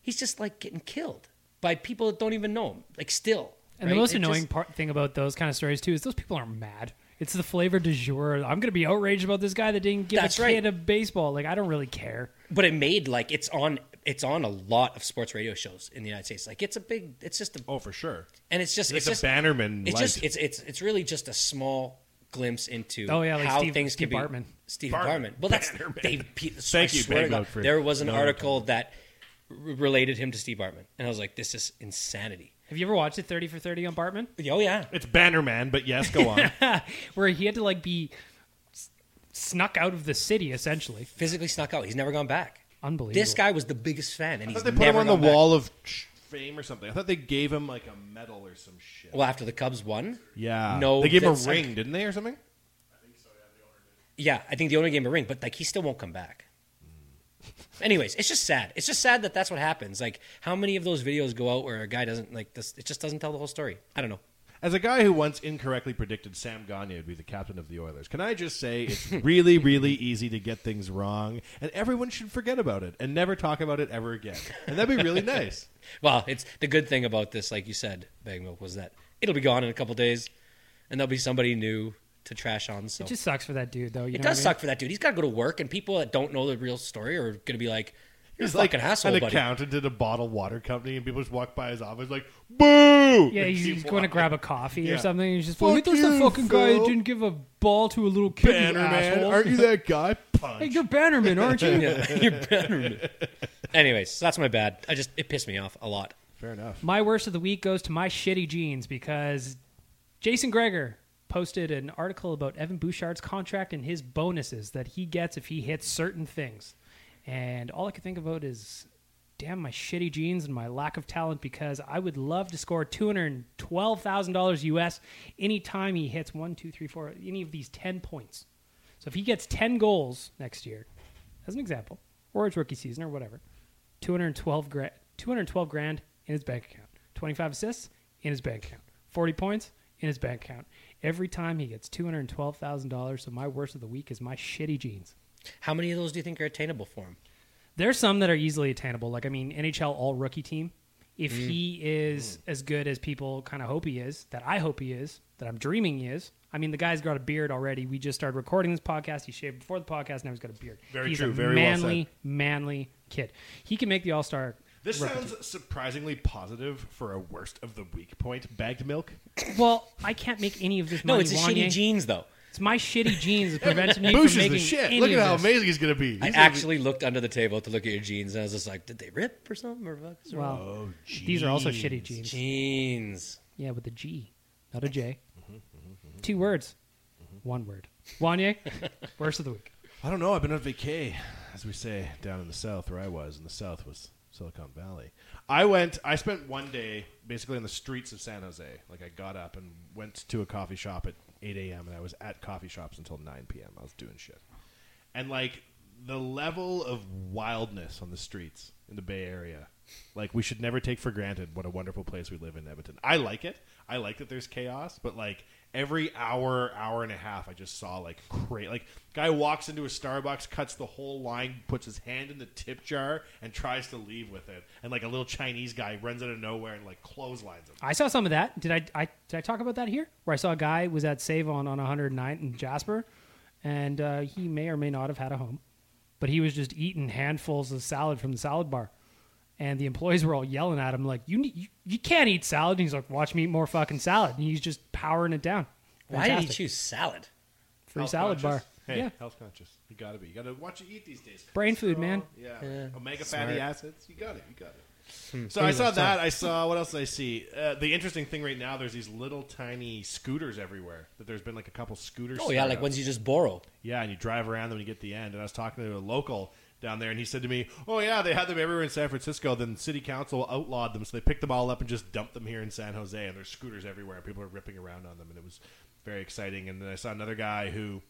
He's just like getting killed by people that don't even know him. Like still.
And
right?
the most
It
annoying
just-
part thing about those kind of stories too is those people are mad. It's the flavor du jour. I'm gonna be outraged about this guy that didn't give
That's
a
right.
kid a baseball. Like I don't really care.
But it made like it's on it's on a lot of sports radio shows in the United States. Like it's a big it's just a
Oh, for sure.
and it's just
It's
it's,
a
just,
Bannerman
It's just
light.
it's it's it's really just a small glimpse into
Oh, yeah, like
how
Steve-
things
Steve
can
Bartman.
be. Steve Bartman. Well, that's Dave. Pe-
Thank
I
you,
swear to
Banggood,
God,
for
There was an
knowing
article that r- related him to Steve Bartman, and I was like, this is insanity.
Have you ever watched it, Thirty for Thirty on Bartman,
Oh yeah,
It's Bannerman, but yes, go on.
where he had to like be s- snuck out of the city essentially?
physically snuck out. He's never gone back.
Unbelievable.
This guy was the biggest fan, and
I
he's
thought they put him
never
on the
gone back.
wall of ch- fame or something. I thought they gave him like a medal or some shit.
Well, after the Cubs won,
yeah.
no,
They gave him a
that's-
ring, didn't they, or something?
Yeah, I think the owner gave him a ring, but like he still won't come back. Anyways, it's just sad. It's just sad that that's what happens. Like, how many of those videos go out where a guy doesn't like this? It just doesn't tell the whole story. I don't know.
As a guy who once incorrectly predicted Sam Gagne would be the captain of the Oilers, can I just say it's really, really easy to get things wrong, and everyone should forget about it and never talk about it ever again. And that'd be really nice.
Well, it's the good thing about this, like you said, bag milk was that it'll be gone in a couple days, and there'll be somebody new to trash on. So
It just sucks for that dude though. You
It does
know what I mean?
suck for that dude. He's got to go to work, and people that don't know the real story are going to be like, "You're
He's
a fucking
like
asshole,
an
buddy."
accountant at a bottled water company, and people just walk by his office like, "Boo!"
Yeah,
And
he's,
keep
he's going to
walking.
grab a coffee
Yeah.
or something. And he's just
Fuck
like, there's the
you,
fucking guy
Phil."
that didn't give a ball to a little kid. you
Bannerman,
assholes."
aren't you that guy? Punch.
Hey, you're Bannerman, aren't you?
Yeah, you're better. Anyways, so that's my bad. I just it pissed me off a lot.
Fair enough.
My worst of the week goes to my shitty jeans because Jason Greger posted an article about Evan Bouchard's contract and his bonuses that he gets if he hits certain things. And all I could think about is damn my shitty jeans and my lack of talent because I would love to score two hundred and twelve thousand dollars US anytime he hits one, two, three, four, any of these ten points. So if he gets ten goals next year, as an example, or his rookie season or whatever, 212 grand, 212 grand in his bank account, 25 assists in his bank account, 40 points in his bank account. Every time he gets $212,000, so my worst of the week is my shitty jeans.
How many of those do you think are attainable for him?
There's some that are easily attainable. Like, I mean, NHL all rookie team. If
Mm.
he is as good as people kind of hope he is, that I hope he is, that I'm dreaming he is. I mean, the guy's got a beard already. We just started recording this podcast. He shaved before the podcast. Now he's got a beard.
Very
he's
true.
A
Very well
manly, manly kid. He can make the All Star.
This sounds surprisingly positive for a worst of the week point. Bagged milk.
Well, I can't make any of this
No,
money.
it's his
Wanye.
shitty jeans though.
It's my shitty jeans that prevents me
Boosh
from
is
making
the shit.
any
Look at
of
how
this.
amazing he's gonna
I
be. He's gonna be-
actually looked under the table to look at your jeans, and I was just like, "Did they rip or something?" Or what's wrong?
Well,
Oh,
these are also shitty jeans.
jeans.
Yeah, with a G, not
Mm-hmm,
a J. Two words, one word. Wanye, worst of the week.
I don't know. I've been on vacay, as we say down in the south where I was, and the south was Silicon Valley. I went. I spent one day basically on the streets of San Jose. Like I got up and went to a coffee shop at 8 a.m. and I was at coffee shops until 9 p.m. I was doing shit, and like the level of wildness on the streets in the Bay Area. Like we should never take for granted what a wonderful place we live in Edmonton. I like it. I like that there's chaos, but like every hour, hour and a half, I just saw like cra Like guy walks into a Starbucks, cuts the whole line, puts his hand in the tip jar, and tries to leave with it. And like a little Chinese guy runs out of nowhere and like clotheslines him.
I saw some of that. Did I, I? Did I talk about that here? Where I saw a guy was at Save on on 109 in Jasper, and uh, he may or may not have had a home, but he was just eating handfuls of salad from the salad bar, and the employees were all yelling at him like, "You need, you, you can't eat salad." And he's like, "Watch me eat more fucking salad," and he's just powering it down.
Why did he
Fantastic.
choose salad?
free salad bar?
conscious. Hey,
Yeah,
health conscious. You gotta be. You gotta watch you eat these days.
Brain food, man.
Yeah. Omega fatty acids. You got it. You got it.
Hmm.
So I saw that. I saw what else did I see? Uh, the interesting thing right now, there's these little tiny scooters everywhere. That there's been like a couple scooters.
Oh yeah, like ones you just borrow.
Yeah, and you drive around them and you get to the end. And I was talking to a local down there, and he said to me, "Oh yeah, they had them everywhere in San Francisco. Then city council outlawed them, so they picked them all up and just dumped them here in San Jose. And there's scooters everywhere, and people are ripping around on them, and it was very exciting. And then I saw another guy who,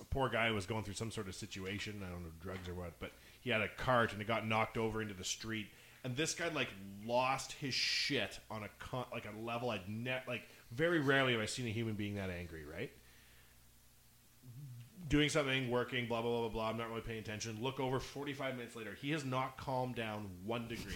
a poor guy, was going through some sort of situation. I don't know, drugs or what, but he had a cart and it got knocked over into the street. And this guy like lost his shit on a con- like a level I'd ne- like very rarely have I seen a human being that angry, right? doing something, working, blah blah blah blah blah. I'm not really paying attention. Look over. 45 minutes later, he has not calmed down one degree.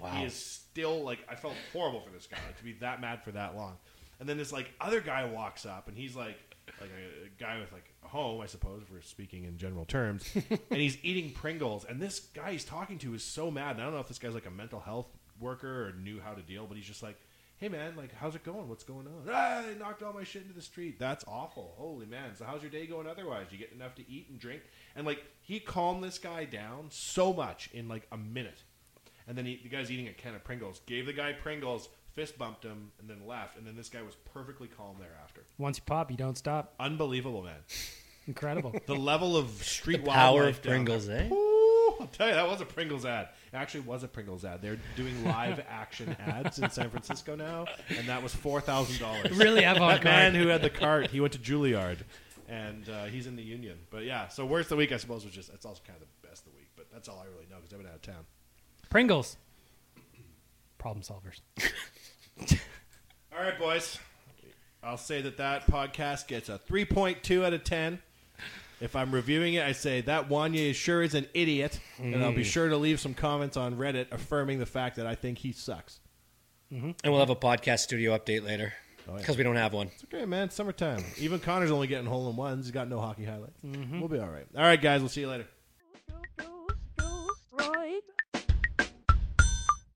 wow. He is still like I felt horrible for this guy like, to be that mad for that long. And then this like other guy walks up and he's like like a, a guy with like a home, I suppose, if we're speaking in general terms, and he's eating Pringles. And this guy he's talking to is so mad. And I don't know if this guy's like a mental health worker or knew how to deal, but he's just like, "Hey man, like how's it going? What's going on? Ah, I knocked all my shit into the street. That's awful. Holy man. So how's your day going? Otherwise, you get enough to eat and drink, and like he calmed this guy down so much in like a minute. And then he, the guy's eating a can of Pringles. Gave the guy Pringles, fist bumped him, and then left. And then this guy was perfectly calm thereafter.
Once you pop, you don't stop.
Unbelievable, man.
Incredible.
The level of street
Power
wildlife
of
down there.
Pringles, eh?
Ooh, I'll tell you, that was a Pringles ad. It actually was a Pringles ad. They're doing live action ads in San Francisco now, and that was four thousand dollars.
really
That
avant
man
garde.
who had the cart, he went to Juilliard, and uh, he's in the union. But yeah, so worst of the week, I suppose, was just that's also kind of the best of the week. But that's all I really know because I've been out of town.
Pringles. Problem solvers.
All right, boys. I'll say that that podcast gets a 3.2 out of 10. If I'm reviewing it, I say that Wanye sure is an idiot, and I'll be sure to leave some comments on Reddit affirming the fact that I think he sucks.
And we'll have a podcast studio update later
Oh, yeah.
because we don't have one.
It's okay, man. Summertime. Even Connor's only getting hole in ones. He's got no hockey highlights. We'll be all right. All right, guys. We'll see you later.
Ghost, ghost ride.